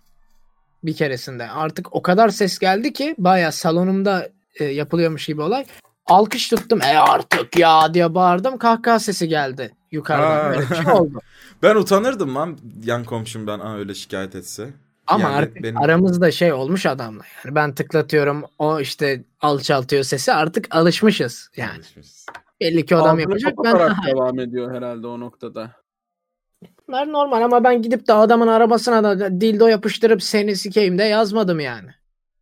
Bir keresinde. Artık o kadar ses geldi ki baya salonumda e, yapılıyormuş gibi olay. Alkış tuttum. E artık ya diye bağırdım. Kahkaha sesi geldi yukarıdan. Ha. Böyle bir şey oldu. Ben utanırdım lan yan komşumdan ha, öyle şikayet etse. Ama Yani artık benim- aramızda şey olmuş adamla. Yani ben tıklatıyorum. O işte alçaltıyor sesi. Artık alışmışız. Yani belli ki o adam Ağzını yapacak. Ben kapatarak devam ediyor herhalde o noktada. Bunlar normal ama ben gidip de adamın arabasına da dildo yapıştırıp seni sikeyim de yazmadım yani.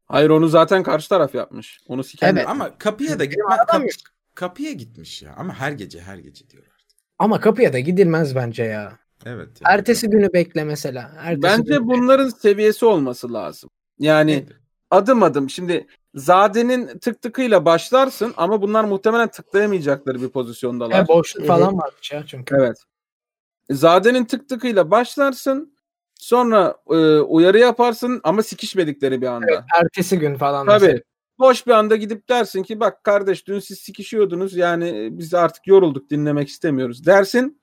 Hayır onu zaten karşı taraf yapmış. Onu siken Evet. Ama kapıya da gitme, arabam kap- yok. kapıya gitmiş ya. Ama her gece her gece diyorlar. Ama kapıya da gidilmez bence ya. Evet. ya. Ertesi günü bekle mesela. Ertesi Bence günü- bunların seviyesi olması lazım. Yani Evet. adım adım şimdi Zade'nin tık tıkıyla başlarsın ama bunlar muhtemelen tıklayamayacakları bir pozisyondalar. E, boşluk falan varmış ya çünkü. Evet. Zade'nin tık tıkıyla başlarsın. Sonra e, uyarı yaparsın ama sikişmedikleri bir anda. Ertesi gün falan. mesela. Tabii. Boş bir anda gidip dersin ki bak kardeş dün siz sikişiyordunuz yani e, biz artık yorulduk dinlemek istemiyoruz dersin.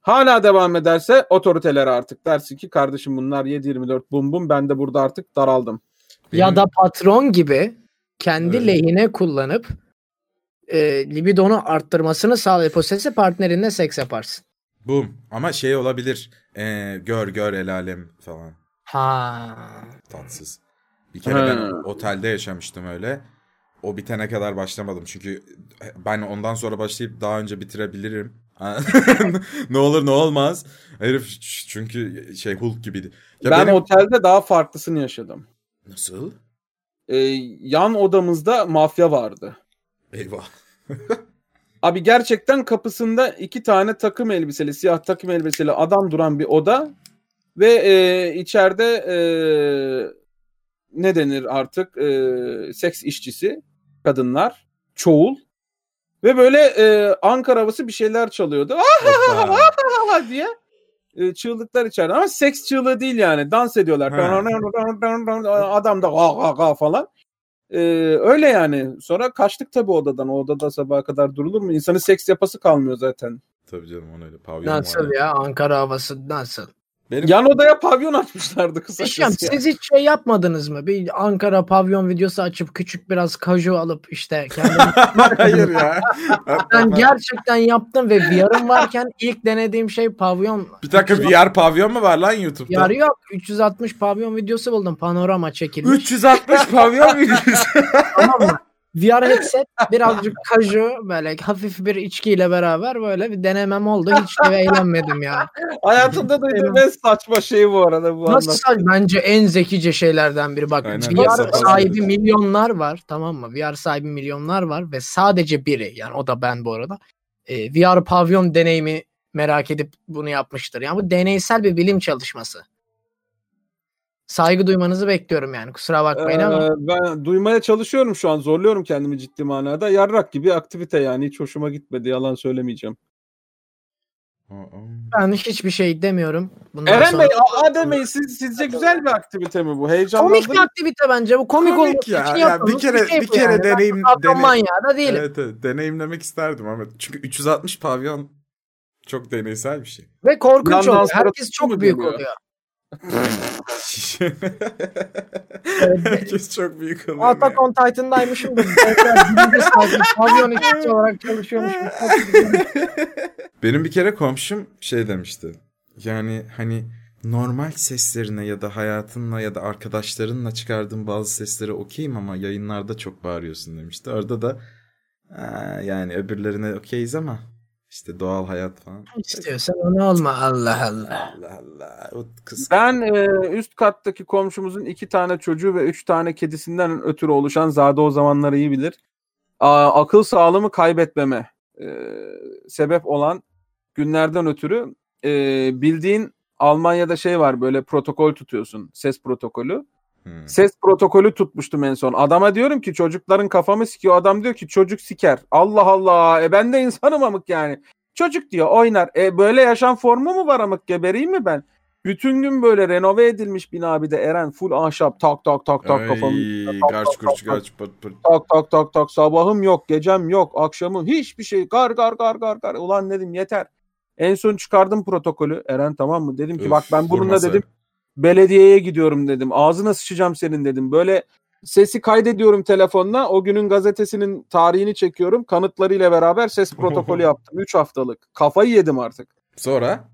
Hala devam ederse otoritelere artık dersin ki kardeşim bunlar 7-24 bum bum ben de burada artık daraldım. Ya da patron gibi kendi Öyle. lehine kullanıp e, libidonu arttırmasını sağlayıp o sesi partnerinle seks yaparsın. Boom. Ama şey olabilir. Ee, gör gör el alem falan. Ha. Tatsız. Bir kere Ha. ben otelde yaşamıştım öyle. O bitene kadar başlamadım. Çünkü ben ondan sonra başlayıp daha önce bitirebilirim. ne olur ne olmaz. Herif çünkü şey Hulk gibiydi. Ya ben benim- otelde daha farklısını yaşadım. Nasıl? Ee, yan odamızda mafya vardı. Eyvah. Abi gerçekten kapısında iki tane takım elbiseli, siyah takım elbiseli adam duran bir oda ve e, içeride e, ne denir artık e, seks işçisi kadınlar çoğul ve böyle e, Ankara havası bir şeyler çalıyordu Hoppa. diye e, çığlıklar içeride ama seks çığlığı değil yani dans ediyorlar Ha. adam da ha ha ha falan E, öyle yani sonra kaçtık tabii odadan o odada sabaha kadar durulur mu insanın seks yapası kalmıyor zaten Tabii canım onu öyle pavyon var. Nasıl ya Ankara havası nasıl? Benim Yan odaya pavyon açmışlardı kısacası. Eşkem ya. siz hiç şey yapmadınız mı? Bir Ankara pavyon videosu açıp küçük biraz kaju alıp işte kendimi... hayır ya. ben gerçekten yaptım ve VR'ım varken ilk denediğim şey pavyon. bir dakika VR pavyon mu var lan YouTube'da? VR yok. 360 pavyon videosu buldum. Panorama çekilmiş. 360 pavyon videosu. tamam mı? VR headset birazcık kaju böyle hafif bir içkiyle beraber böyle bir denemem oldu. Hiç de eğlenmedim ya. Hayatımda duyduğum en saçma şey bu arada bu Nasıl anlamda. sa- bence en zekice şeylerden biri. Bak Aynen, VR sapan sahibi şeyler. milyonlar var tamam mı? VR sahibi milyonlar var ve sadece biri yani o da ben bu arada. e, VR pavyon deneyimi merak edip bunu yapmıştır. Yani bu deneysel bir bilim çalışması. Saygı duymanızı bekliyorum yani kusura bakmayın ama. Ee, ben duymaya çalışıyorum şu an. Zorluyorum kendimi ciddi manada. Yarrak gibi aktivite yani. Hiç hoşuma gitmedi. Yalan söylemeyeceğim. Ben hiçbir şey demiyorum. Bundan Eren sonra- Bey, A- Adem Bey siz, sizce güzel bir aktivite mi bu? Komik bir Heyecanlandın aktivite bence. Bu komik, Komik olması ya. için Ya yapılmış bir kere- şey bir bu kere yani. Ben deneyim- patron deneyim. manyağı da değilim. evet, evet deneyimlemek isterdim ama çünkü 360 pavyon çok deneysel bir şey. Ve korkunç Yandan oluyor. sonra Herkes mu çok büyük geliyor? oluyor. Herkes çok büyük oluyor. Attack on Titan'daymışım da. birinci sahibi, Pavyon ekipçi olarak çalışıyormuşum. Benim bir kere komşum şey demişti. Yani hani normal seslerine ya da hayatınla ya da arkadaşlarınla çıkardığın bazı seslere okeyim ama yayınlarda çok bağırıyorsun demişti. Orada da "Aa, yani öbürlerine okeyiz ama işte doğal hayat falan. İstiyorsan onu olma Allah Allah. Allah Allah. O kız Ben e, üst kattaki komşumuzun iki tane çocuğu ve üç tane kedisinden ötürü oluşan Zade o zamanları iyi bilir. A- akıl sağlığımı kaybetmeme e, sebep olan günlerden ötürü e, bildiğin Almanya'da şey var böyle protokol tutuyorsun ses protokolü. Hmm. Ses protokolü tutmuştum en son. Adama diyorum ki çocukların kafamı sikiyor. Adam diyor ki çocuk siker. Allah Allah. E ben de insanım amık yani. Çocuk diyor oynar. E böyle yaşam formu mu var amık gebereyim mi ben? Bütün gün böyle renove edilmiş bina bir de Eren full ahşap tak tak tak tak Ay, kafamı tak, garç tak, kurç tak, garç pırt pırt. tak tak tak tak sabahım yok gecem yok akşamım hiçbir şey gar gar gar gar gar ulan dedim yeter. En son çıkardım protokolü Eren tamam mı dedim ki Öf, bak ben bununla vurması. dedim belediyeye gidiyorum dedim. Ağzına sıçacağım senin dedim. Böyle sesi kaydediyorum telefonla. O günün gazetesinin tarihini çekiyorum. Kanıtlarıyla beraber ses protokolü yaptım. 3 haftalık. Kafayı yedim artık. Sonra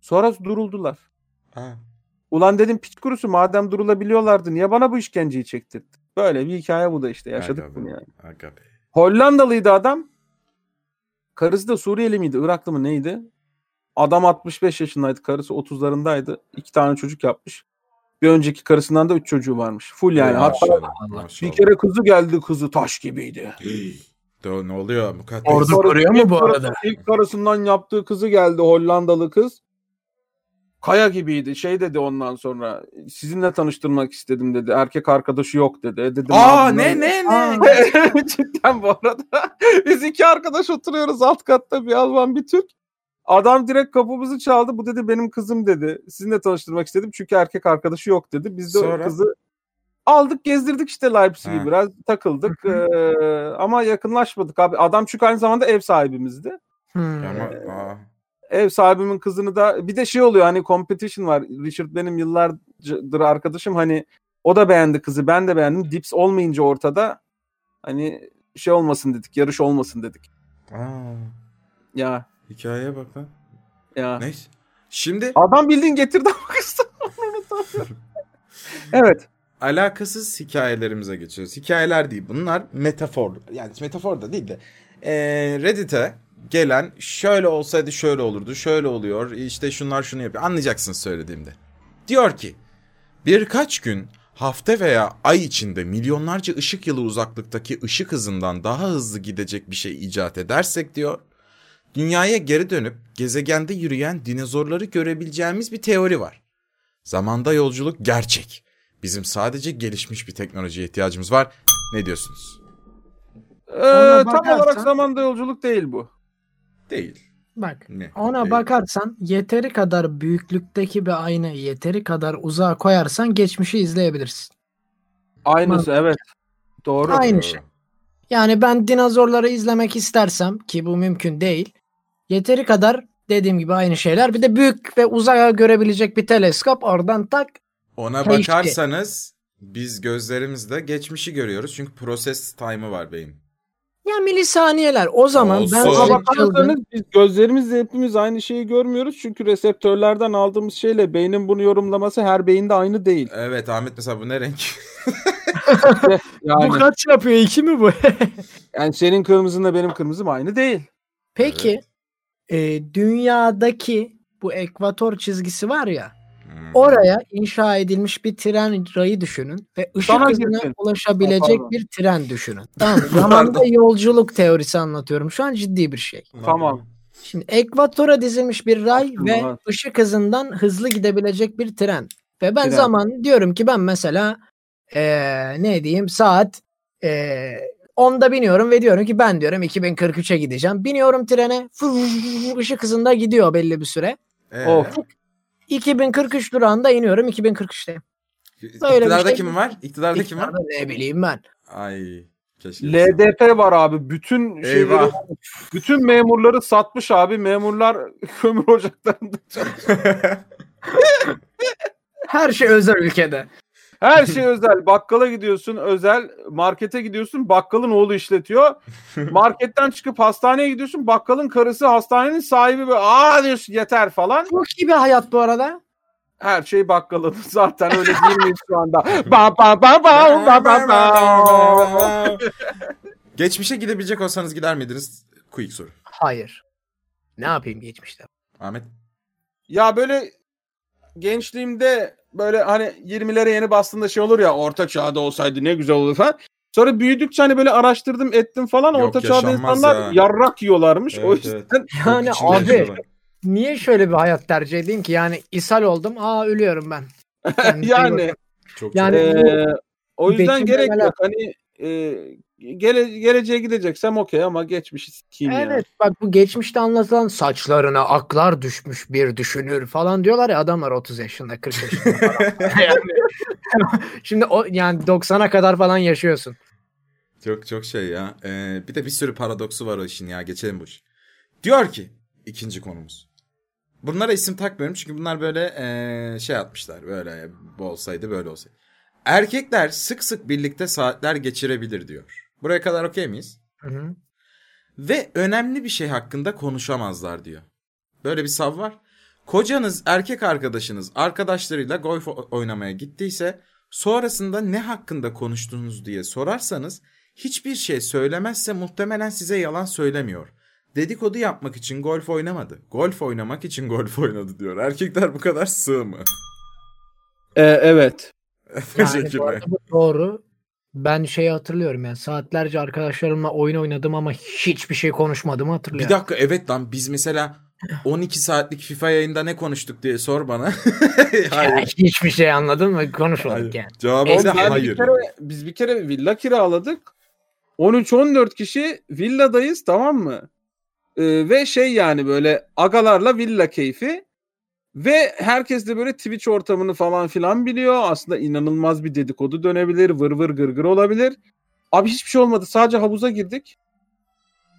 Sonra duruldular. Ha. Ulan dedim piç kurusu madem durulabiliyorlardı niye bana bu işkenceyi çektirdin? Böyle bir hikaye bu da işte yaşadık Aga be, bunu yani. Aga be. Hollandalıydı adam. Karısı da Suriyeli miydi, Iraklı mı neydi? Adam 65 yaşındaydı, karısı 30'larındaydı. İki tane çocuk yapmış. Bir önceki karısından da 3 çocuğu varmış. Full yani. Hatta Maşallah, maşallah. bir kere kuzu geldi, kuzu taş gibiydi. Dö- ne oluyor mukaddes? Ordu koruyor mu ilk bu karısı- arada? İlk karısından yaptığı kızı geldi, Hollandalı kız. Kaya gibiydi. Şey dedi ondan sonra. Sizinle tanıştırmak istedim dedi. Erkek arkadaşı yok dedi. E Dedim, Aa "Abi, ne ne ne? Cidden bu arada. Biz iki arkadaş oturuyoruz alt katta bir Alman bir Türk. Adam direkt kapımızı çaldı. Bu dedi benim kızım dedi. Sizinle tanıştırmak istedim çünkü erkek arkadaşı yok dedi. Biz de Sonra? o kızı aldık gezdirdik işte Leipzig'i Ha. biraz takıldık. Ee, ama yakınlaşmadık abi. Adam çünkü aynı zamanda ev sahibimizdi Hmm. Ama aa. ev sahibimin kızını da bir de şey oluyor hani competition var. Richard benim yıllardır arkadaşım hani o da beğendi kızı ben de beğendim. Dips olmayınca ortada hani şey olmasın dedik yarış olmasın dedik. Aa, Ya hikayeye bak lan. ya. Neyse. Şimdi Adam bildiğin getirdi ama kızı. evet. alakasız hikayelerimize geçiyoruz. Hikayeler değil bunlar metafor. Yani metafor da değil de. Ee, Reddit'e gelen şöyle olsaydı şöyle olurdu, şöyle oluyor, işte şunlar şunu yapıyor. Anlayacaksınız söylediğimde. Diyor ki birkaç gün hafta veya ay içinde milyonlarca ışık yılı uzaklıktaki ışık hızından daha hızlı gidecek bir şey icat edersek diyor. Dünyaya geri dönüp gezegende yürüyen dinozorları görebileceğimiz bir teori var. Zamanda yolculuk gerçek. Bizim sadece gelişmiş bir teknolojiye ihtiyacımız var. Ne diyorsunuz? Ee, Ona tam olarak bakarsan- zamanda yolculuk değil bu. Değil. Bak Ne? ona Ee, Değil. bakarsan yeteri kadar büyüklükteki bir aynayı yeteri kadar uzağa koyarsan geçmişi izleyebilirsin. Aynısı evet. Doğru. Aynı. şey. Yani ben dinozorları izlemek istersem ki bu mümkün değil. Yeteri kadar Dediğim gibi aynı şeyler. Bir de büyük ve uzaya görebilecek bir teleskop. Oradan tak. Ona Ha işte. bakarsanız biz gözlerimizle geçmişi görüyoruz. Çünkü proses time'ı var beyin. Ya milisaniyeler. O zaman ben Olsun. sabah Ama çılgın- bakarsanız biz gözlerimizle hepimiz aynı şeyi görmüyoruz. Çünkü reseptörlerden aldığımız şeyle beynin bunu yorumlaması her beyinde aynı değil. Evet Ahmet mesela bu ne renk? Yani, Bu kaç yapıyor? İki mi bu? yani senin kırmızınla benim kırmızım aynı değil. Peki e, dünyadaki bu ekvator çizgisi var ya Hmm. oraya inşa edilmiş bir tren rayı düşünün ve ışık Sana hızına girsin. Ha, ulaşabilecek pardon. bir tren düşünün. Tamam zamanda yolculuk teorisi anlatıyorum. Şu an ciddi bir şey. Lan Tamam. Şimdi ekvatora dizilmiş bir ray Aklım ve var. ışık hızından hızlı gidebilecek bir tren. Ve ben Tren. zaman diyorum ki ben mesela eee, ne diyeyim saat eee 10'da biniyorum ve diyorum ki ben diyorum 2043'e gideceğim. Biniyorum trene fır- fır- fır- ışık hızında gidiyor belli bir süre. Ee, Of. 2043 durağında iniyorum 2043'te. İktidarda şey kim var? İktidarda kim var? Ne bileyim ben. Ay keşke. LDP var abi. Bütün şeyleri, Eyvah. bütün memurları satmış abi. Memurlar kömür ocaklarında. Her şey özel ülkede. Her şey özel. Bakkala gidiyorsun özel. Markete gidiyorsun. Bakkalın oğlu işletiyor. Marketten çıkıp hastaneye gidiyorsun. Bakkalın karısı hastanenin sahibi böyle aa diyorsun yeter falan. Çok iyi bir hayat bu arada. Her şey bakkalın. Zaten öyle değil miyiz şu anda? Ba ba ba ba ba ba ba. Geçmişe gidebilecek olsanız gider miydiniz? Quick soru. Hayır. Ne yapayım geçmişte? Ahmet. Ya böyle gençliğimde böyle hani 20'lere yeni bastığında şey olur ya orta çağda olsaydı ne güzel olur falan. Sonra büyüdükçe hani böyle araştırdım ettim falan Yok, orta çağda yaşanmaz insanlar ya. yarrak yiyorlarmış. o Evet, yüzden Yani Çok içinde şey abi yaşıyorlar. niye şöyle bir hayat tercih edeyim ki? Yani ishal oldum. Aa ölüyorum ben. Kendinize iyi yani bakın. Çok yani- çok- eee, o yüzden Betim gerek Demeler- yok hani eee, gele, geleceğe gideceksem okey ama geçmişi sikeyim ya. Evet bak bu geçmişte anlatılan saçlarına aklar düşmüş bir düşünür falan diyorlar ya adamlar 30 yaşında 40 yaşında falan. yani, şimdi o yani 90'a kadar falan yaşıyorsun. Çok çok şey ya. Ee, bir de bir sürü paradoksu var o işin ya. Geçelim bu iş. Diyor ki ikinci konumuz. Bunlara isim takmıyorum çünkü bunlar böyle ee, şey atmışlar. Böyle bu olsaydı böyle olsaydı. Erkekler sık sık birlikte saatler geçirebilir diyor. Buraya kadar okey miyiz? Hı hı. Ve önemli bir şey hakkında konuşamazlar diyor. Böyle bir sav var. Kocanız erkek arkadaşınız arkadaşlarıyla golf o- oynamaya gittiyse sonrasında ne hakkında konuştunuz diye sorarsanız hiçbir şey söylemezse muhtemelen size yalan söylemiyor. Dedikodu yapmak için golf oynamadı. Golf oynamak için golf oynadı diyor. Erkekler bu kadar sığ mı? Eee, evet. Yani bu Teşekkürler. arada bu doğru. Ben şeyi hatırlıyorum yani saatlerce arkadaşlarımla oyun oynadım ama hiçbir şey konuşmadığımı Bir hatırlıyorum. dakika evet lan biz mesela 12 saatlik FIFA yayında ne konuştuk diye sor bana. Yani hiçbir şey anladın mı? Konuşmadık yani. Cevabı da Oğlum ben hayır. Bir kere, biz bir kere villa kiraladık. 13-14 kişi villadayız tamam mı? Ee, ve şey yani böyle agalarla villa keyfi. Ve herkes de böyle Twitch ortamını falan filan biliyor. Aslında inanılmaz bir dedikodu dönebilir. Vır vır gır gır olabilir. Abi hiçbir şey olmadı. Sadece havuza girdik.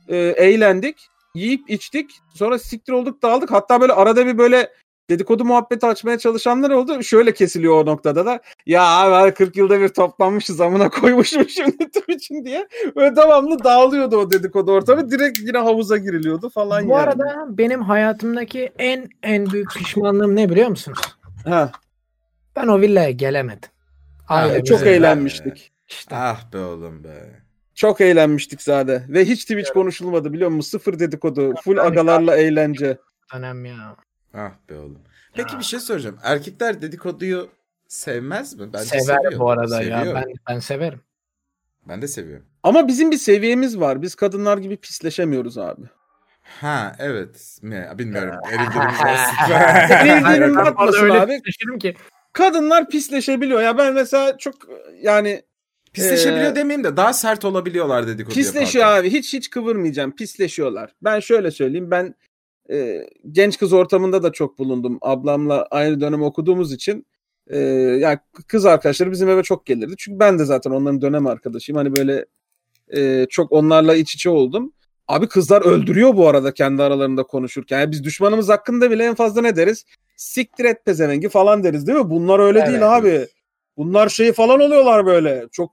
Ee, eğlendik. Yiyip içtik. Sonra siktir olduk dağıldık. Hatta böyle arada bir böyle dedikodu muhabbeti açmaya çalışanlar oldu. Şöyle kesiliyor o noktada da. Ya abi her 40 yılda bir toplanmışız amına koymuşum şimdi tüm için diye. Böyle devamlı dağılıyordu o dedikodu ortamı. Direkt yine havuza giriliyordu falan Bu yani. arada benim hayatımdaki en en büyük pişmanlığım ne biliyor musunuz? Ha, E, Ben o villaya gelemedim. Ailem çok güzel. yüzünden. eğlenmiştik. İşte. Ah be oğlum be. Çok eğlenmiştik zade. Ve hiç Twitch konuşulmadı biliyor musun? Sıfır dedikodu. Full Yani- agalarla eğlence. Önem ya. Ah be oğlum. Peki bir şey soracağım. Erkekler dedikoduyu sevmez mi? Bence sever seviyor. bu arada ya. Seviyor. Ben ben severim. Ben de seviyorum. Ama bizim bir seviyemiz var. Biz kadınlar gibi pisleşemiyoruz abi. Ha evet. Ne, bilmiyorum. Eriklerimiz Eriklerim- olsun. Hayır, ben Bana batmasın öyle abi. şaşırırım ki. Kadınlar pisleşebiliyor. Ya ben mesela çok yani Pisleşebiliyor Ee, demeyeyim de daha sert olabiliyorlar dedikodu Pisleşiyor yaparken. abi. Hiç hiç kıvırmayacağım. Pisleşiyorlar. Ben şöyle söyleyeyim. Ben e, genç kız ortamında da çok bulundum. Ablamla aynı dönem okuduğumuz için e, yani kız arkadaşları bizim eve çok gelirdi. Çünkü ben de zaten onların dönem arkadaşıyım. Hani böyle e, çok onlarla Ee, iç içe oldum. Abi kızlar öldürüyor bu arada kendi aralarında konuşurken. Yani biz düşmanımız hakkında bile en fazla ne deriz? Siktir et pezevengi falan deriz değil mi? Bunlar öyle Evet. değil abi. Bunlar şeyi falan oluyorlar böyle. Çok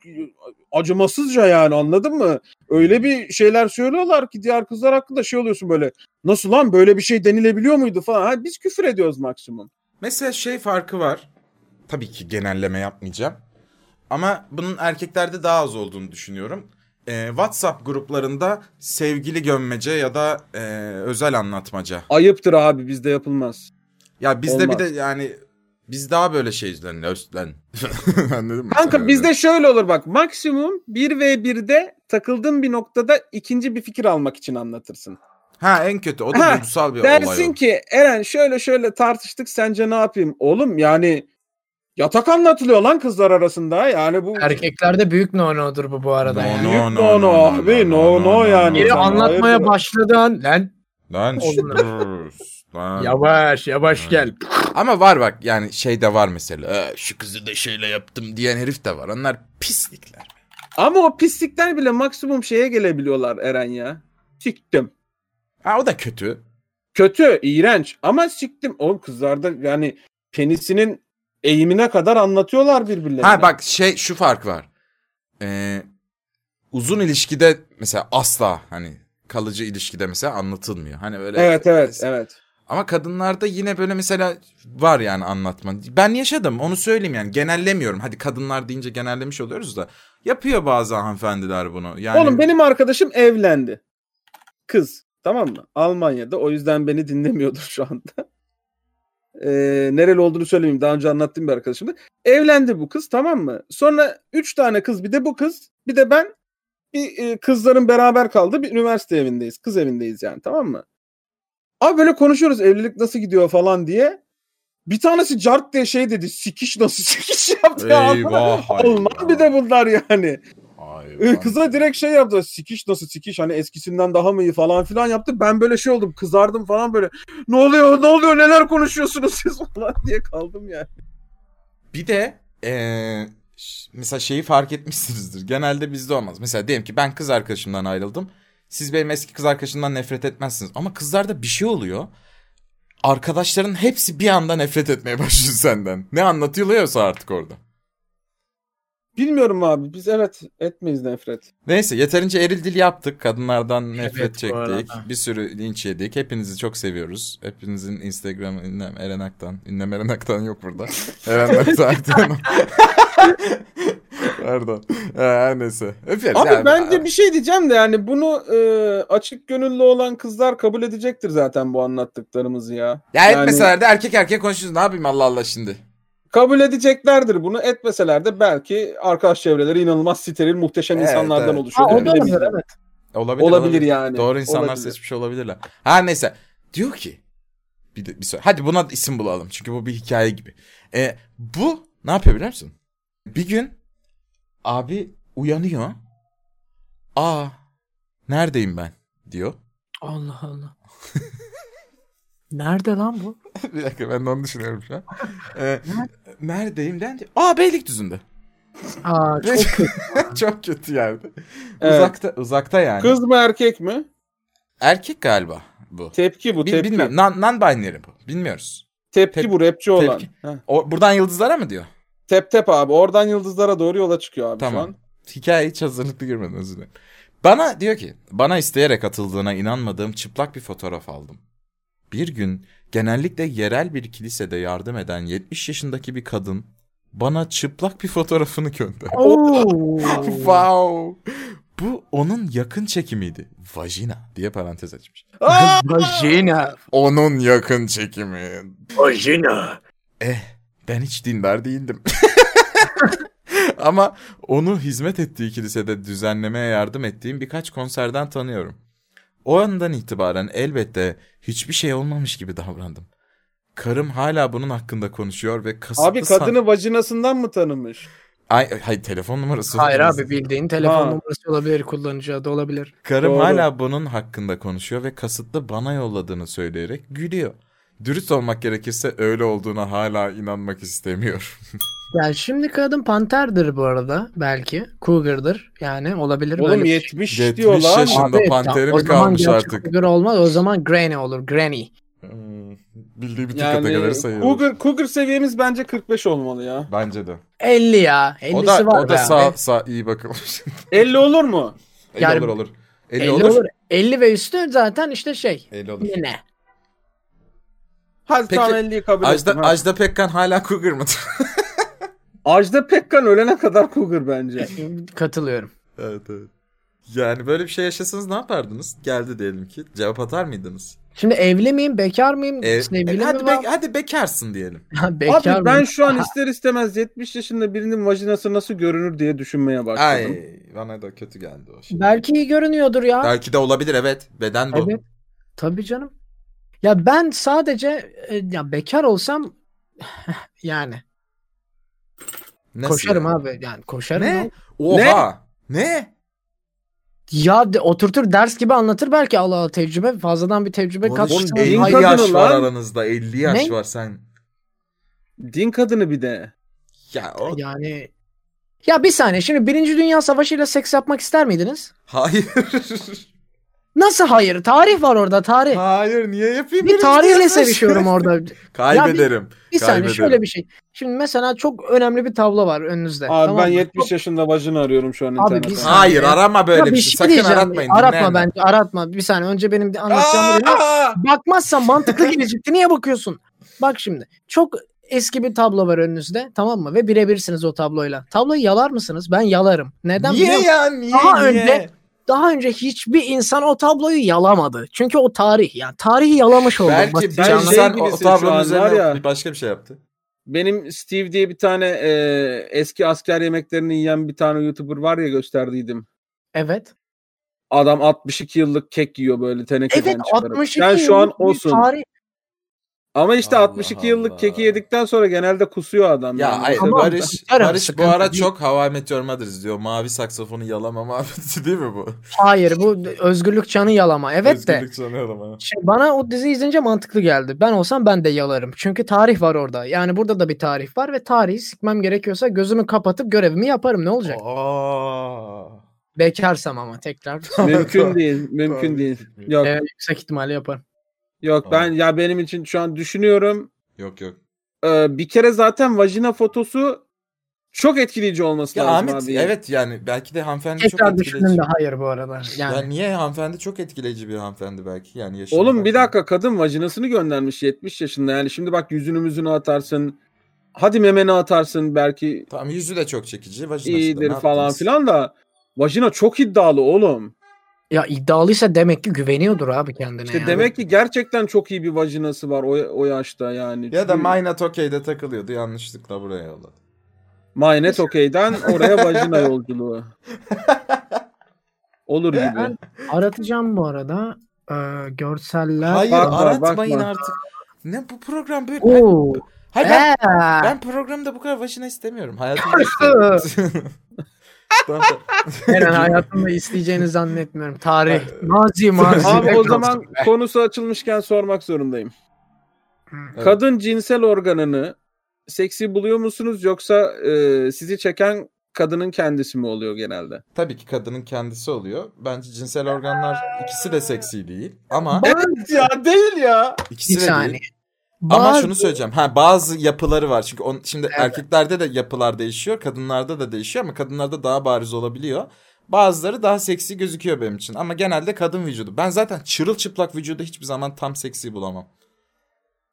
acımasızca yani anladın mı? Öyle bir şeyler söylüyorlar ki diğer kızlar hakkında şey oluyorsun böyle. Nasıl lan böyle bir şey denilebiliyor muydu falan. Ha, biz küfür ediyoruz maksimum. Mesela şey farkı var. Tabii ki genelleme yapmayacağım. Ama bunun erkeklerde daha az olduğunu düşünüyorum. Ee, WhatsApp gruplarında sevgili gömmece ya da e, özel anlatmaca. Ayıptır abi bizde yapılmaz. Ya bizde bir Olmaz. de yani biz daha böyle şey şeyden üstten. Anladın mı? Kanka bizde şöyle olur bak maksimum 1v1'de takıldığın bir noktada ikinci bir fikir almak için anlatırsın. Ha en kötü o da Ha, duygusal bir olay. Dersin o. ki Eren şöyle şöyle tartıştık sence ne yapayım? Oğlum yani yatak anlatılıyor lan kızlar arasında yani bu Erkeklerde büyük no-no'dur bu bu arada. No, yani. no, Büyük no, no abi, no, no yani. Biri Hayırdır? anlatmaya başladın lan Lan Olur. şükür, lan. yavaş yavaş gel. Ama var bak yani şey de var mesela. "Ee, Şu kızı da şöyle yaptım diyen herif de var. Onlar pislikler. Ama o pislikler bile maksimum şeye gelebiliyorlar Eren ya. Siktim. Ha o da kötü. Kötü, iğrenç ama siktim. Oğlum kızlarda yani penisinin eğimine kadar anlatıyorlar birbirlerine. Ha bak şey şu fark var. Ee, uzun ilişkide mesela asla hani kalıcı ilişkide mesela anlatılmıyor. Hani öyle. Evet evet evet. Ama kadınlarda yine böyle mesela var yani anlatma. Ben yaşadım onu söyleyeyim yani genellemiyorum. Hadi kadınlar deyince genellemiş oluyoruz da. Yapıyor bazı hanımefendiler bunu. Yani Oğlum benim arkadaşım evlendi. Kız. Tamam mı? Almanya'da. O yüzden beni dinlemiyordur şu anda. Ee, nereli olduğunu söylemeyeyim. Daha önce anlattığım bir arkadaşımdı. Evlendi bu kız tamam mı? Sonra üç tane kız bir de bu kız bir de ben bir e, kızların beraber kaldığı bir üniversite evindeyiz. Kız evindeyiz yani tamam mı? Abi böyle konuşuyoruz evlilik nasıl gidiyor falan diye. Bir tanesi cart diye şey dedi. Sikiş nasıl sikiş yaptı ya. Eyvah, eyvah. Alman bir de bunlar yani. Ay, Ee, lan. Kıza direkt şey yaptı. Sikiş nasıl sikiş hani eskisinden daha mı iyi falan filan yaptı. Ben böyle şey oldum kızardım falan böyle. Ne oluyor ne oluyor neler konuşuyorsunuz siz falan diye kaldım yani. Bir de eee, ş- mesela şeyi fark etmişsinizdir. Genelde bizde olmaz. Mesela diyelim ki ben kız arkadaşımdan ayrıldım. Siz benim eski kız arkadaşımdan nefret etmezsiniz. Ama kızlarda bir şey oluyor. Arkadaşların hepsi bir anda nefret etmeye başlıyor senden. Ne anlatılıyorsa artık orada. Bilmiyorum abi biz evet etmeyiz nefret. Neyse yeterince eril dil yaptık. Kadınlardan nefret Evet, bu çektik. arada. Bir sürü linç yedik. Hepinizi çok seviyoruz. Hepinizin Instagram'ı ünlem Eren Aktan. Ünlem Eren Aktan yok burada. Eren Aktan. Pardon. Ee, Her neyse. Öpüyoruz. Abi Yani- bence bir şey diyeceğim de yani bunu e, açık gönüllü olan kızlar kabul edecektir zaten bu anlattıklarımızı ya. Ya yani- etmeseler de erkek erkeğe konuşuyoruz. Ne yapayım Allah Allah şimdi. Kabul edeceklerdir bunu etmeseler de belki arkadaş çevreleri inanılmaz steril muhteşem Evet, insanlardan evet. Ha, oluşuyor. o da Bilemeyeceğim. olabilir evet. Olabilir. Olabilir yani. Doğru insanlar Hani Olabilir. seçmiş olabilirler. Her neyse. Diyor ki bir, de, bir sor- Hadi buna isim bulalım. Çünkü bu bir hikaye gibi. E, bu ne yapıyor biliyor musun? Bir gün abi uyanıyor. Aa neredeyim ben diyor. Allah Allah. Nerede lan bu? bir dakika ben de onu düşünüyorum şu an. E, neredeyim dendi. Aa Beylikdüzü'nde. Aa, çok kötü. Çok kötü yerde. Evet. Uzakta uzakta yani. Kız mı erkek mi? Erkek galiba bu. Tepki bu Bil- tepki. bilmiyorum. Non, non-binary bu. Bilmiyoruz. Tepki Tep- bu rapçi olan. tepki. Heh. O, buradan yıldızlara mı diyor? Tep tep abi. Oradan yıldızlara doğru yola çıkıyor abi şu Tamam. an. Hikaye hiç hazırlıklı girmedim özür dilerim. Bana diyor ki bana isteyerek atıldığına inanmadığım çıplak bir fotoğraf aldım. Bir gün genellikle yerel bir kilisede yardım eden 70 yaşındaki bir kadın bana çıplak bir fotoğrafını gönderdi. Oo. wow. Bu onun yakın çekimiydi. Vajina diye parantez açmış. Vajina. Onun yakın çekimi. Vajina. Eh ben hiç dindar değildim. Ama onu hizmet ettiği kilisede düzenlemeye yardım ettiğim birkaç konserden tanıyorum. O andan itibaren elbette hiçbir şey olmamış gibi davrandım. Karım hala bunun hakkında konuşuyor ve kasıtlı Abi san- kadını vajinasından mı tanımış? Ay, hayır telefon numarası. Hayır abi bildiğin telefon Ha. numarası olabilir, kullanıcı adı olabilir. Karım Doğru. hala bunun hakkında konuşuyor ve kasıtlı bana yolladığını söyleyerek gülüyor. Dürüst olmak gerekirse öyle olduğuna hala inanmak istemiyorum. Ya şimdi kadın panterdir bu arada belki. Cougar'dır yani olabilir. Oğlum böyle bir şey. 70, 70 diyorlar. yaşında. Abi, yaşında panteri o mi zaman kalmış gerçek artık? Cougar olmaz o zaman granny olur granny. Hmm, Bildiği bütün kategorileri Yani sayıyoruz. Cougar, Cougar seviyemiz bence 45 olmalı ya. Bence de. 50 ya. 50'si O da, var o da be sağ, abi. sağ iyi bakılmış. 50 olur mu? 50 Yani- olur olur. 50, 50 olur. olur. 50 ve üstü zaten işte şey. 50 olur. Yine. Hadi Peki, tamam 50'yi kabul Ajda, ettim. ha. Ajda Pekkan hala Cougar mı? Ajda Pekkan ölene kadar Cougar bence. Katılıyorum. evet evet. Yani böyle bir şey yaşasanız ne yapardınız? Geldi diyelim ki. Cevap atar mıydınız? Şimdi evli miyim, bekar mıyım, Ev- sevgili e, hadi, mi be- var? hadi bekarsın diyelim. Ha, bekar Abi ben mıyım? şu an ister istemez 70 yaşında birinin vajinası nasıl görünür diye düşünmeye başladım. Ay bana da kötü geldi o şey. Belki iyi görünüyordur ya. Belki de olabilir evet. Beden bu. Evet. Tabii canım. Ya ben sadece e, ya bekar olsam yani Nasıl koşarım yani? abi yani koşarım. Ne? abi. Oha. Ne? Ya de, oturtur ders gibi anlatır belki Allah Allah tecrübe fazladan bir tecrübe Oğlum, katmış. oğlum, Hayır, 50 kadını yaş var lan. aranızda. 50 yaş Ne? var sen. Din kadını bir de. Ya o... yani ya bir saniye şimdi Birinci Dünya Savaşı ile seks yapmak ister miydiniz? Hayır. Nasıl hayır? Tarih var orada tarih. Hayır niye yapayım? şey bir tarihle sevişiyorum orada. Kaybederim. Bir saniye Kaybederim. şöyle bir şey. Şimdi mesela çok önemli bir tablo var önünüzde. Abi tamam ben mı? 70 yaşında vajina arıyorum şu an Abi internette. biz- Hayır arama böyle Ya bir şey. Sakın diyeceğim. aratmayın. Aratma dinleyen de. bence aratma. Bir saniye önce benim de anlatacağım. Aa, bölüme- aa! Bakmazsan mantıklı gelecekti. Niye bakıyorsun? Bak şimdi. Çok eski bir tablo var önünüzde tamam mı? Ve birebirsiniz o tabloyla. Tabloyu yalar mısınız? Ben yalarım. Neden biliyor Niye musun? ya niye Daha niye? önce- Daha önce hiçbir insan o tabloyu yalamadı. Çünkü o tarih yani tarihi yalamış oldum. Bak, Belki bir sen canlı- şey insan o gibisin şu tablonun an, var üzerine ya. bir başka bir şey yaptı. Benim Steve diye bir tane e, eski asker yemeklerini yiyen bir tane YouTuber var ya gösterdiydim. Evet. Adam 62 yıllık kek yiyor böyle tenekeden Evet çıkarıp. 62 Sen şu an yıllık bir osun. tarih. Ama işte Allah 62 yıllık Allah. keki yedikten sonra genelde kusuyor adam. Ya yani. hayır, Tamam, Barış, tamam, Barış bu sıkıntı ara değil. çok Hava Meteor Mother izliyor. Mavi saksafonu yalama muhabbeti değil mi bu? Hayır bu özgürlük çanı yalama. Evet de. Özgürlük çanı yalama. Şimdi Şey, bana o dizi izleyince mantıklı geldi. Ben olsam ben de yalarım. Çünkü tarih var orada. Yani burada da bir tarih var ve tarihi sikmem gerekiyorsa gözümü kapatıp görevimi yaparım. Ne olacak? Aa. Bekarsam ama tekrar. Mümkün değil, mümkün Tabii. değil. Yok, Evet, yüksek ihtimalle yaparım. yok ben ya benim için şu an düşünüyorum. Yok yok. Ee, bir kere zaten vajina fotosu çok etkileyici olması Ya lazım Ahmet abi. evet yani belki de hanımefendi çok Tekrar etkileyici. düşündüm de hayır bu arada. Ya Yani niye hanımefendi çok etkileyici bir şey hanımefendi belki yani yaşına Oğlum bir bakma. dakika kadın vajinasını göndermiş 70 yaşında yani şimdi bak yüzünü müzünü atarsın. Hadi memeni atarsın belki Tamam yüzü de çok çekici. Vajinası da, ne iyidir falan yaptınız? filan da vajina çok iddialı oğlum. ya iddialıysa demek ki güveniyordur abi kendine. İşte yani. demek ki gerçekten çok iyi bir vajinası var o, o yaşta yani. Ya da Çünkü Minot okeyde takılıyordu yanlışlıkla buraya yolladı. Maynet okeyden oraya vajina yolculuğu. Olur gibi. Ben aratacağım bu arada. Ee, görseller. Hayır Bakma, aratmayın bakma. artık. Ne bu program böyle? Oo. Hayır ben, ee, ben programda bu kadar vajina istemiyorum. Hayatımda istemiyorum. Tamam, tamam. Eren hayatımda isteyeceğini zannetmiyorum. Tarih. Ee, Mazi mazi. Abi o Tekrar- zaman konusu açılmışken sormak zorundayım. Evet. Kadın cinsel organını seksi buluyor musunuz yoksa e, sizi çeken kadının kendisi mi oluyor genelde? Tabii ki kadının kendisi oluyor. Bence cinsel organlar ikisi de seksi değil. Ama Evet ya değil ya. ikisi Bir de saniye. değil. Ama Bazı- şunu söyleyeceğim. Ha bazı yapıları var. Çünkü on, şimdi erkeklerde de yapılar değişiyor, kadınlarda da değişiyor ama kadınlarda daha bariz olabiliyor. Bazıları daha seksi gözüküyor benim için ama genelde kadın vücudu. Ben zaten çırılçıplak vücudu hiçbir zaman tam seksi bulamam.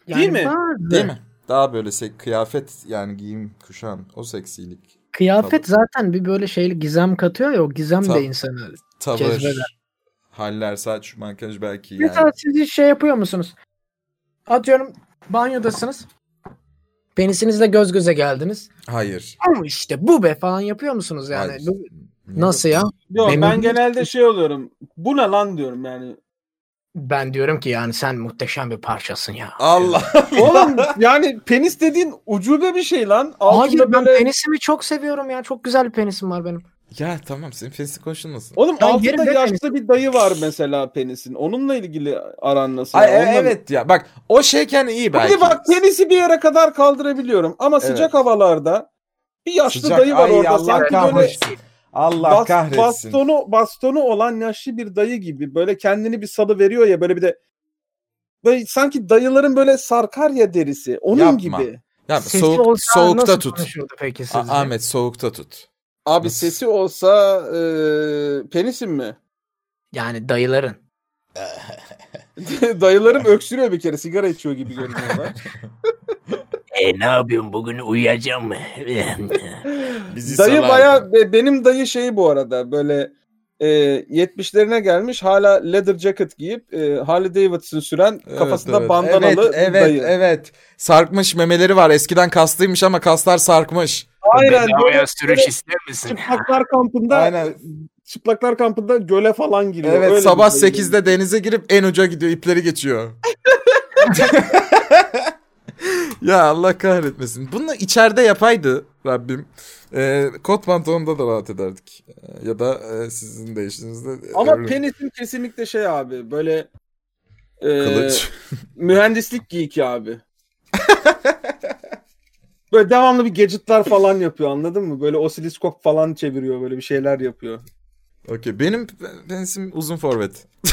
Değil mi? bazı- Değil mi? Daha böyle se- kıyafet yani giyim, kuşan o seksilik. Kıyafet zaten bir böyle şey gizem katıyor ya o gizem Tabii. de insanı. Tavır, Cezbeder. haller, saç, makyaj belki yani. Mesela siz hiç şey yapıyor musunuz? Atıyorum banyodasınız. Penisinizle göz göze geldiniz. Hayır. Ama işte bu be falan yapıyor musunuz yani? hayır. Bu- nasıl ya? Yok Memnun ben musun? genelde şey oluyorum. Bu ne lan diyorum yani. Ben diyorum ki yani sen muhteşem bir parçasın ya. Allah. Oğlum yani penis dediğin ucube bir şey lan. Hayır Altında ben böyle penisimi çok seviyorum ya. Çok güzel bir penisim var benim. ya tamam senin fesi konuşulmasın. Oğlum Ya yerim altında be yaşlı bir dayı var mesela penisin. Onunla ilgili aran nasıl? Ay, e, e, Onunla- evet ya bak o şeyken iyi Bir belki. de bak penisi bir yere kadar kaldırabiliyorum ama Evet. sıcak havalarda Bir yaşlı Sıcak. dayı var Ay, orada Allah sanki böyle kahretsin. Allah bas- kahretsin. bastonu bastonu olan yaşlı bir dayı gibi böyle kendini bir salı veriyor ya böyle bir de böyle sanki dayıların böyle sarkar ya derisi onun Yapma. gibi. Ya, Sesi soğuk, olsa soğukta nasıl tut. konuşurdu peki sizce? A- Ahmet soğukta tut. Abi Nasıl? sesi olsa e, penisim mi? Yani dayıların. Dayılarım öksürüyor bir kere sigara içiyor gibi görünüyorlar. E ne yapıyorsun bugün uyuyacağım mı? Bizi dayı salardı. baya be- benim dayı şeyi bu arada böyle e, 70'lerine gelmiş hala leather jacket giyip e, Harley Davidson süren Evet, kafasında evet. bandanalı evet, evet, dayı. evet. Sarkmış memeleri var. Eskiden kaslıymış ama kaslar sarkmış. Aynen böyle Bedavaya sürüş ister misin? çıplaklar kampında Aynen. çıplaklar kampında göle falan giriyor. Evet Öyle sabah bir dayı. 8'de denize girip en uca gidiyor ipleri geçiyor. ya Allah kahretmesin. Bunu içeride yapaydı Rabbim. Ee, kot pantolonda da rahat ederdik. Ee, ya da e, sizin de işinizde. Ama Örüm- penisim kesinlikle şey abi böyle e, Kılıç. mühendislik giyiki abi. böyle devamlı bir gadgetlar falan yapıyor anladın mı? Böyle osiliskop falan çeviriyor böyle bir şeyler yapıyor. Okey. Benim penisim uzun forvet.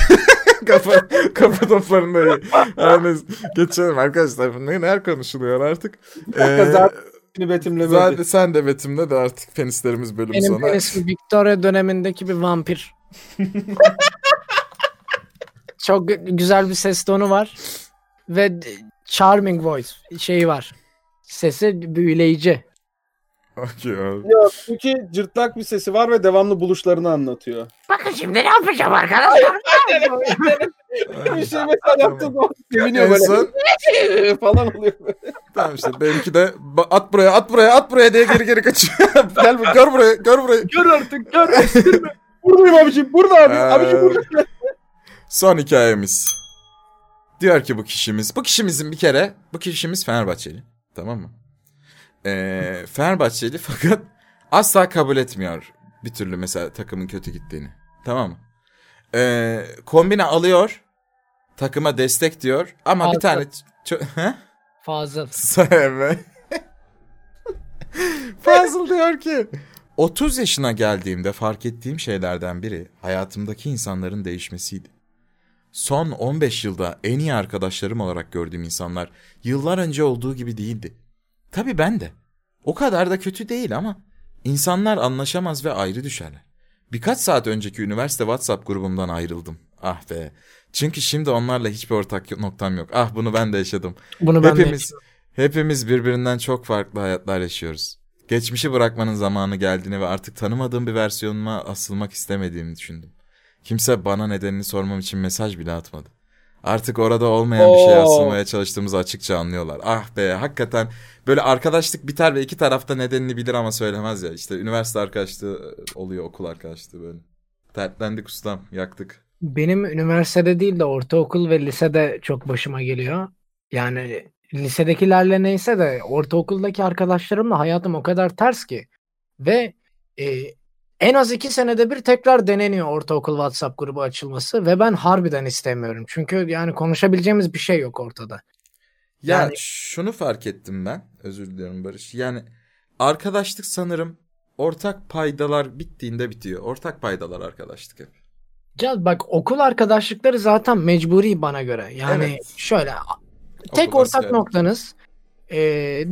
kafa, kafa toplarında iyi. Yani geçelim arkadaşlar. Bunlar neler konuşuluyor artık? dakika, Ee, zaten- Şimdi betimlemedi. zaten sen de betimle de artık penislerimiz bölüm Benim sona. penisim Victoria dönemindeki bir vampir. Çok güzel bir ses tonu var. Ve d- charming voice şeyi var. Sesi büyüleyici. Okey abi. Ya, çünkü cırtlak bir sesi var ve devamlı buluşlarını anlatıyor. Bakın şimdi ne yapacağım arkadaşlar? bir şey mesela yaptığı zaman seviniyor en böyle son falan oluyor. tamam işte benimki de ba- at buraya at buraya at buraya diye geri geri kaçıyor. Gel bu- gör buraya gör buraya. Gör artık gör. Estirme. Buradayım abicim burada abi. abicim burada. Ee, Son hikayemiz. Diyor ki bu kişimiz. Bu kişimizin bir kere bu kişimiz Fenerbahçeli. Tamam mı? Ee, Fenerbahçeli fakat asla kabul etmiyor bir türlü mesela takımın kötü gittiğini. Tamam mı? Ee, kombine alıyor. Takıma destek diyor. Ama bir Altı. tane... çö- Hı? Fazıl. Sevme. Fazıl diyor ki 30 yaşına geldiğimde fark ettiğim şeylerden biri hayatımdaki insanların değişmesiydi. Son 15 yılda en iyi arkadaşlarım olarak gördüğüm insanlar yıllar önce olduğu gibi değildi. Tabii ben de. O kadar da kötü değil ama insanlar anlaşamaz ve ayrı düşerler. Birkaç saat önceki üniversite WhatsApp grubumdan ayrıldım. Ah be. Çünkü şimdi onlarla hiçbir ortak noktam yok. Ah bunu ben de yaşadım. Bunu ben de Hepimiz hepimiz birbirinden çok farklı hayatlar yaşıyoruz. Geçmişi bırakmanın zamanı geldiğini ve artık tanımadığım bir versiyonuma asılmak istemediğimi düşündüm. Kimse bana nedenini sormam için mesaj bile atmadı. Artık orada olmayan bir şeye Oo. asılmaya çalıştığımızı açıkça anlıyorlar. Ah be hakikaten böyle arkadaşlık biter ve iki tarafta nedenini bilir ama söylemez ya. İşte üniversite arkadaşlığı oluyor okul arkadaşlığı böyle. Dertlendik ustam yaktık. Benim üniversitede değil de ortaokul ve lisede çok başıma geliyor. Yani lisedekilerle neyse de ortaokuldaki arkadaşlarımla hayatım o kadar ters ki. Ve e, en az iki senede bir tekrar deneniyor ortaokul WhatsApp grubu açılması ve ben harbiden istemiyorum. Çünkü yani konuşabileceğimiz bir şey yok ortada. Ya Yani- şunu fark ettim ben. Özür diliyorum Barış. Yani arkadaşlık sanırım ortak paydalar bittiğinde bitiyor. Ortak paydalar arkadaşlık hep. Ya bak okul arkadaşlıkları zaten mecburi bana göre. Yani Evet. şöyle tek Okul ortak askerlik. noktanız e,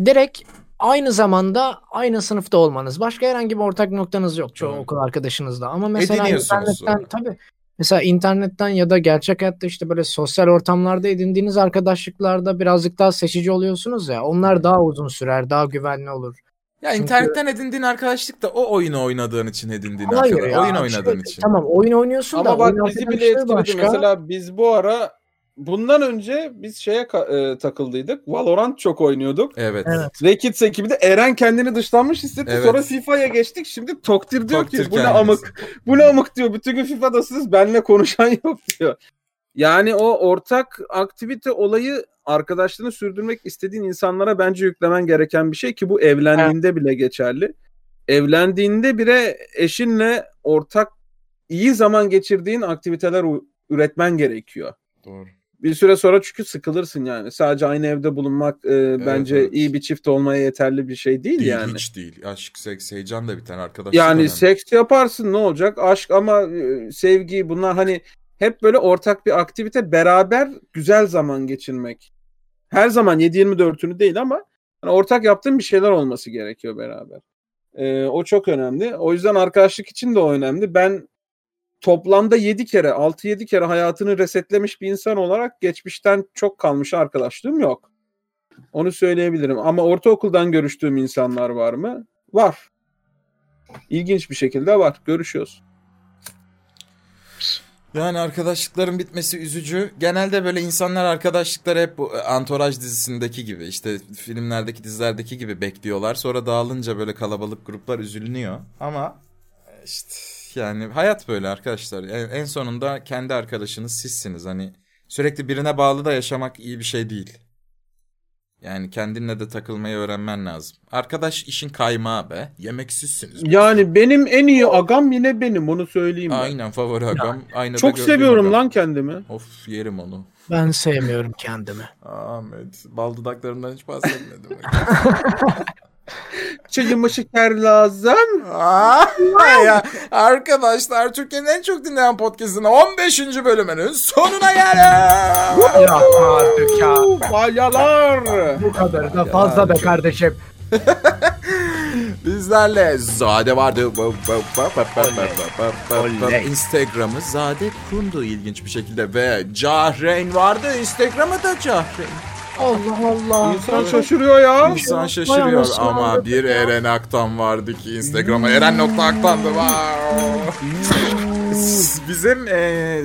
direkt aynı zamanda aynı sınıfta olmanız. Başka herhangi bir ortak noktanız yok çoğu Evet. okul arkadaşınızla. Ama mesela Ediniyorsunuz internetten sonra. tabii mesela internetten ya da gerçek hayatta işte böyle sosyal ortamlarda edindiğiniz arkadaşlıklarda birazcık daha seçici oluyorsunuz ya. Onlar daha uzun sürer, daha güvenli olur. Ya Çünkü- internetten edindiğin arkadaşlık da o oyunu oynadığın için edindiğin Hayır arkadaş. ya, Oyun şöyle- oynadığın için. Tamam oyun oynuyorsun da Ama bak oyun bizi bile arkadaşlığı etkiledi. başka. Mesela biz bu ara bundan önce biz şeye ka- e, takıldıydık. Valorant çok oynuyorduk. Evet. Evet. Rekits ekibi de Eren kendini dışlanmış hissetti. Evet. Sonra FIFA'ya geçtik. Şimdi Toktir diyor Takdir ki bu ne kendisi. amık. Bu ne amık diyor. Bütün gün FIFA'dasınız. Benle konuşan yok diyor. Yani o ortak aktivite olayı arkadaşlığını sürdürmek istediğin insanlara bence yüklemen gereken bir şey ki bu evlendiğinde bile geçerli. Evlendiğinde bile eşinle ortak iyi zaman geçirdiğin aktiviteler u- üretmen gerekiyor. Doğru. Bir süre sonra çünkü sıkılırsın yani. Sadece aynı evde bulunmak e, bence evet. iyi bir çift olmaya yeterli bir şey değil, Değil, yani. Hiç değil. Aşk, seks, heyecan da biten arkadaş. Yani seks yaparsın ne olacak? Aşk ama e, sevgi bunlar hani hep böyle ortak bir aktivite beraber güzel zaman geçirmek. Her zaman 7-24'ünü değil ama hani ortak yaptığın bir şeyler olması gerekiyor beraber. E, o çok önemli. O yüzden arkadaşlık için de o önemli. Ben toplamda 7 kere 6-7 kere hayatını resetlemiş bir insan olarak geçmişten çok kalmış arkadaşlığım yok. Onu söyleyebilirim. Ama ortaokuldan görüştüğüm insanlar var mı? Var. İlginç bir şekilde var. Görüşüyoruz. Yani arkadaşlıkların bitmesi üzücü. Genelde böyle insanlar arkadaşlıkları hep bu e, Antoraj dizisindeki gibi işte filmlerdeki dizilerdeki gibi bekliyorlar. Sonra dağılınca böyle kalabalık gruplar üzülünüyor. Ama e, işte yani hayat böyle arkadaşlar. E, En, en sonunda kendi arkadaşınız sizsiniz. Hani sürekli birine bağlı da yaşamak iyi bir şey değil. Yani kendinle de takılmayı öğrenmen lazım. Arkadaş işin kaymağı be. Yemeksizsiniz. Yani benim en iyi agam yine benim. Onu söyleyeyim. ben. Aynen favori agam. Aynada Çok gördüğüm seviyorum agam. lan kendimi. Of yerim onu. Ben sevmiyorum kendimi. Ahmet. Bal dudaklarından hiç bahsetmedim. Çayımı şeker lazım. Aa, ya, arkadaşlar Türkiye'nin en çok dinlenen podcast'ın 15. bölümünün sonuna geldik. Ya artık ya. Balyalar. Bu kadar da fazla be kardeşim. Bizlerle Zade vardı. Oley. Instagram'ı Zade Kundu ilginç bir şekilde ve Cahreyn vardı. Instagram'ı da Cahreyn. Allah Allah. İnsan şaşırıyor ya. İnsan Bayağı şaşırıyor nasıl ama anladık bir ya? Eren Aktan vardı ki Instagram'a Eren nokta Aktan'dı. Hmm. Wow. Bizim e,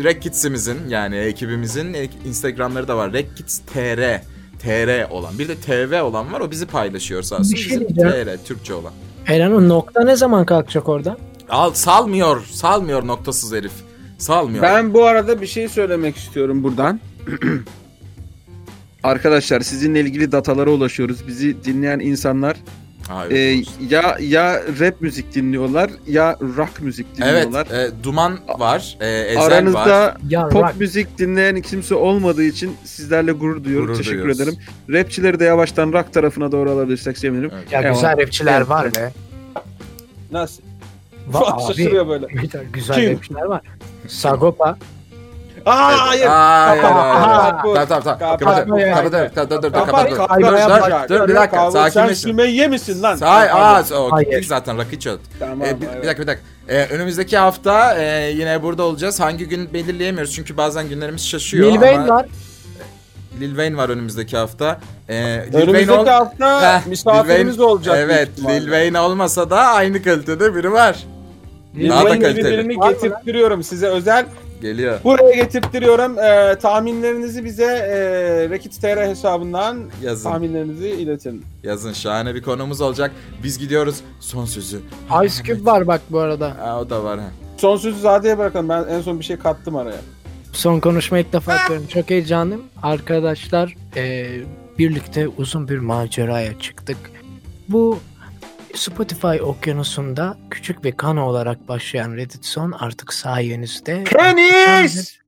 Rekits'imizin yani ekibimizin e, Instagram'ları da var. Rekits TR. TR olan. Bir de TV olan var. O bizi paylaşıyor sağ olsun. Bir şey Bizim diyeceğim. TR Türkçe olan. Eren o nokta ne zaman kalkacak orada? Al salmıyor. Salmıyor noktasız herif. Salmıyor. Ben bu arada bir şey söylemek istiyorum buradan. Arkadaşlar sizinle ilgili datalara ulaşıyoruz. Bizi dinleyen insanlar Hayır, e, doğrusu. ya ya rap müzik dinliyorlar ya rock müzik dinliyorlar. evet. e, Duman var. E, Ezel Aranızda var. Ya Pop rock. müzik dinleyen kimse olmadığı için sizlerle gurur duyuyorum. Gurur Teşekkür duyuyoruz. ederim. Rapçileri de yavaştan rock tarafına doğru alabilirsek sevinirim. Evet. Ya Eyvallah. güzel rapçiler var be. Nasıl? Va abi. böyle. Güzel, güzel Kim? rapçiler var. Sagopa. Aa hayır. Hayır, hayır, hayır. Kapat. Tamam tamam tamam. Kapat. Kapatıyorum. Kapat. Kapatıyorum. Tamam, Dur dur Kapat, kapatıyorum. Dur, kapat, kapat. dur, dur, dur bir dakika Kavga, Sen sakinleşin. Sümeyye misin lan? Say, Pardon. aa, o, Hayır. gittik zaten rakı içiyorduk. Tamam, Ee, bir, evet. bir dakika bir dakika. Ee, önümüzdeki hafta e, yine burada olacağız. Hangi gün belirleyemiyoruz çünkü bazen günlerimiz şaşıyor. Lil ama- Wayne var. Lil Wayne var önümüzdeki hafta. Ee, Lil Wayne ol- Önümüzdeki hafta Heh, Lil misafirimiz Wayne- olacak. Evet büyük Lil ihtimalle. Wayne olmasa da aynı kalitede biri var. Lil Daha da Wayne gibi kaliteli. birini getirttiriyorum size özel. Geliyor. Buraya getirttiriyorum. Ee, tahminlerinizi bize e, Rekit TR hesabından Yazın. tahminlerinizi iletin. Yazın şahane bir konumuz olacak. Biz gidiyoruz. Son sözü. Ice Cube var bak bu arada. Aa, o da var ha. Son sözü Zade'ye bırakalım. Ben en son bir şey kattım araya. Son konuşma ilk defa yapıyorum. Çok heyecanlıyım. Arkadaşlar e, birlikte uzun bir maceraya çıktık. Bu Spotify okyanusunda küçük bir kana olarak başlayan Reddit son artık sayenizde Penis!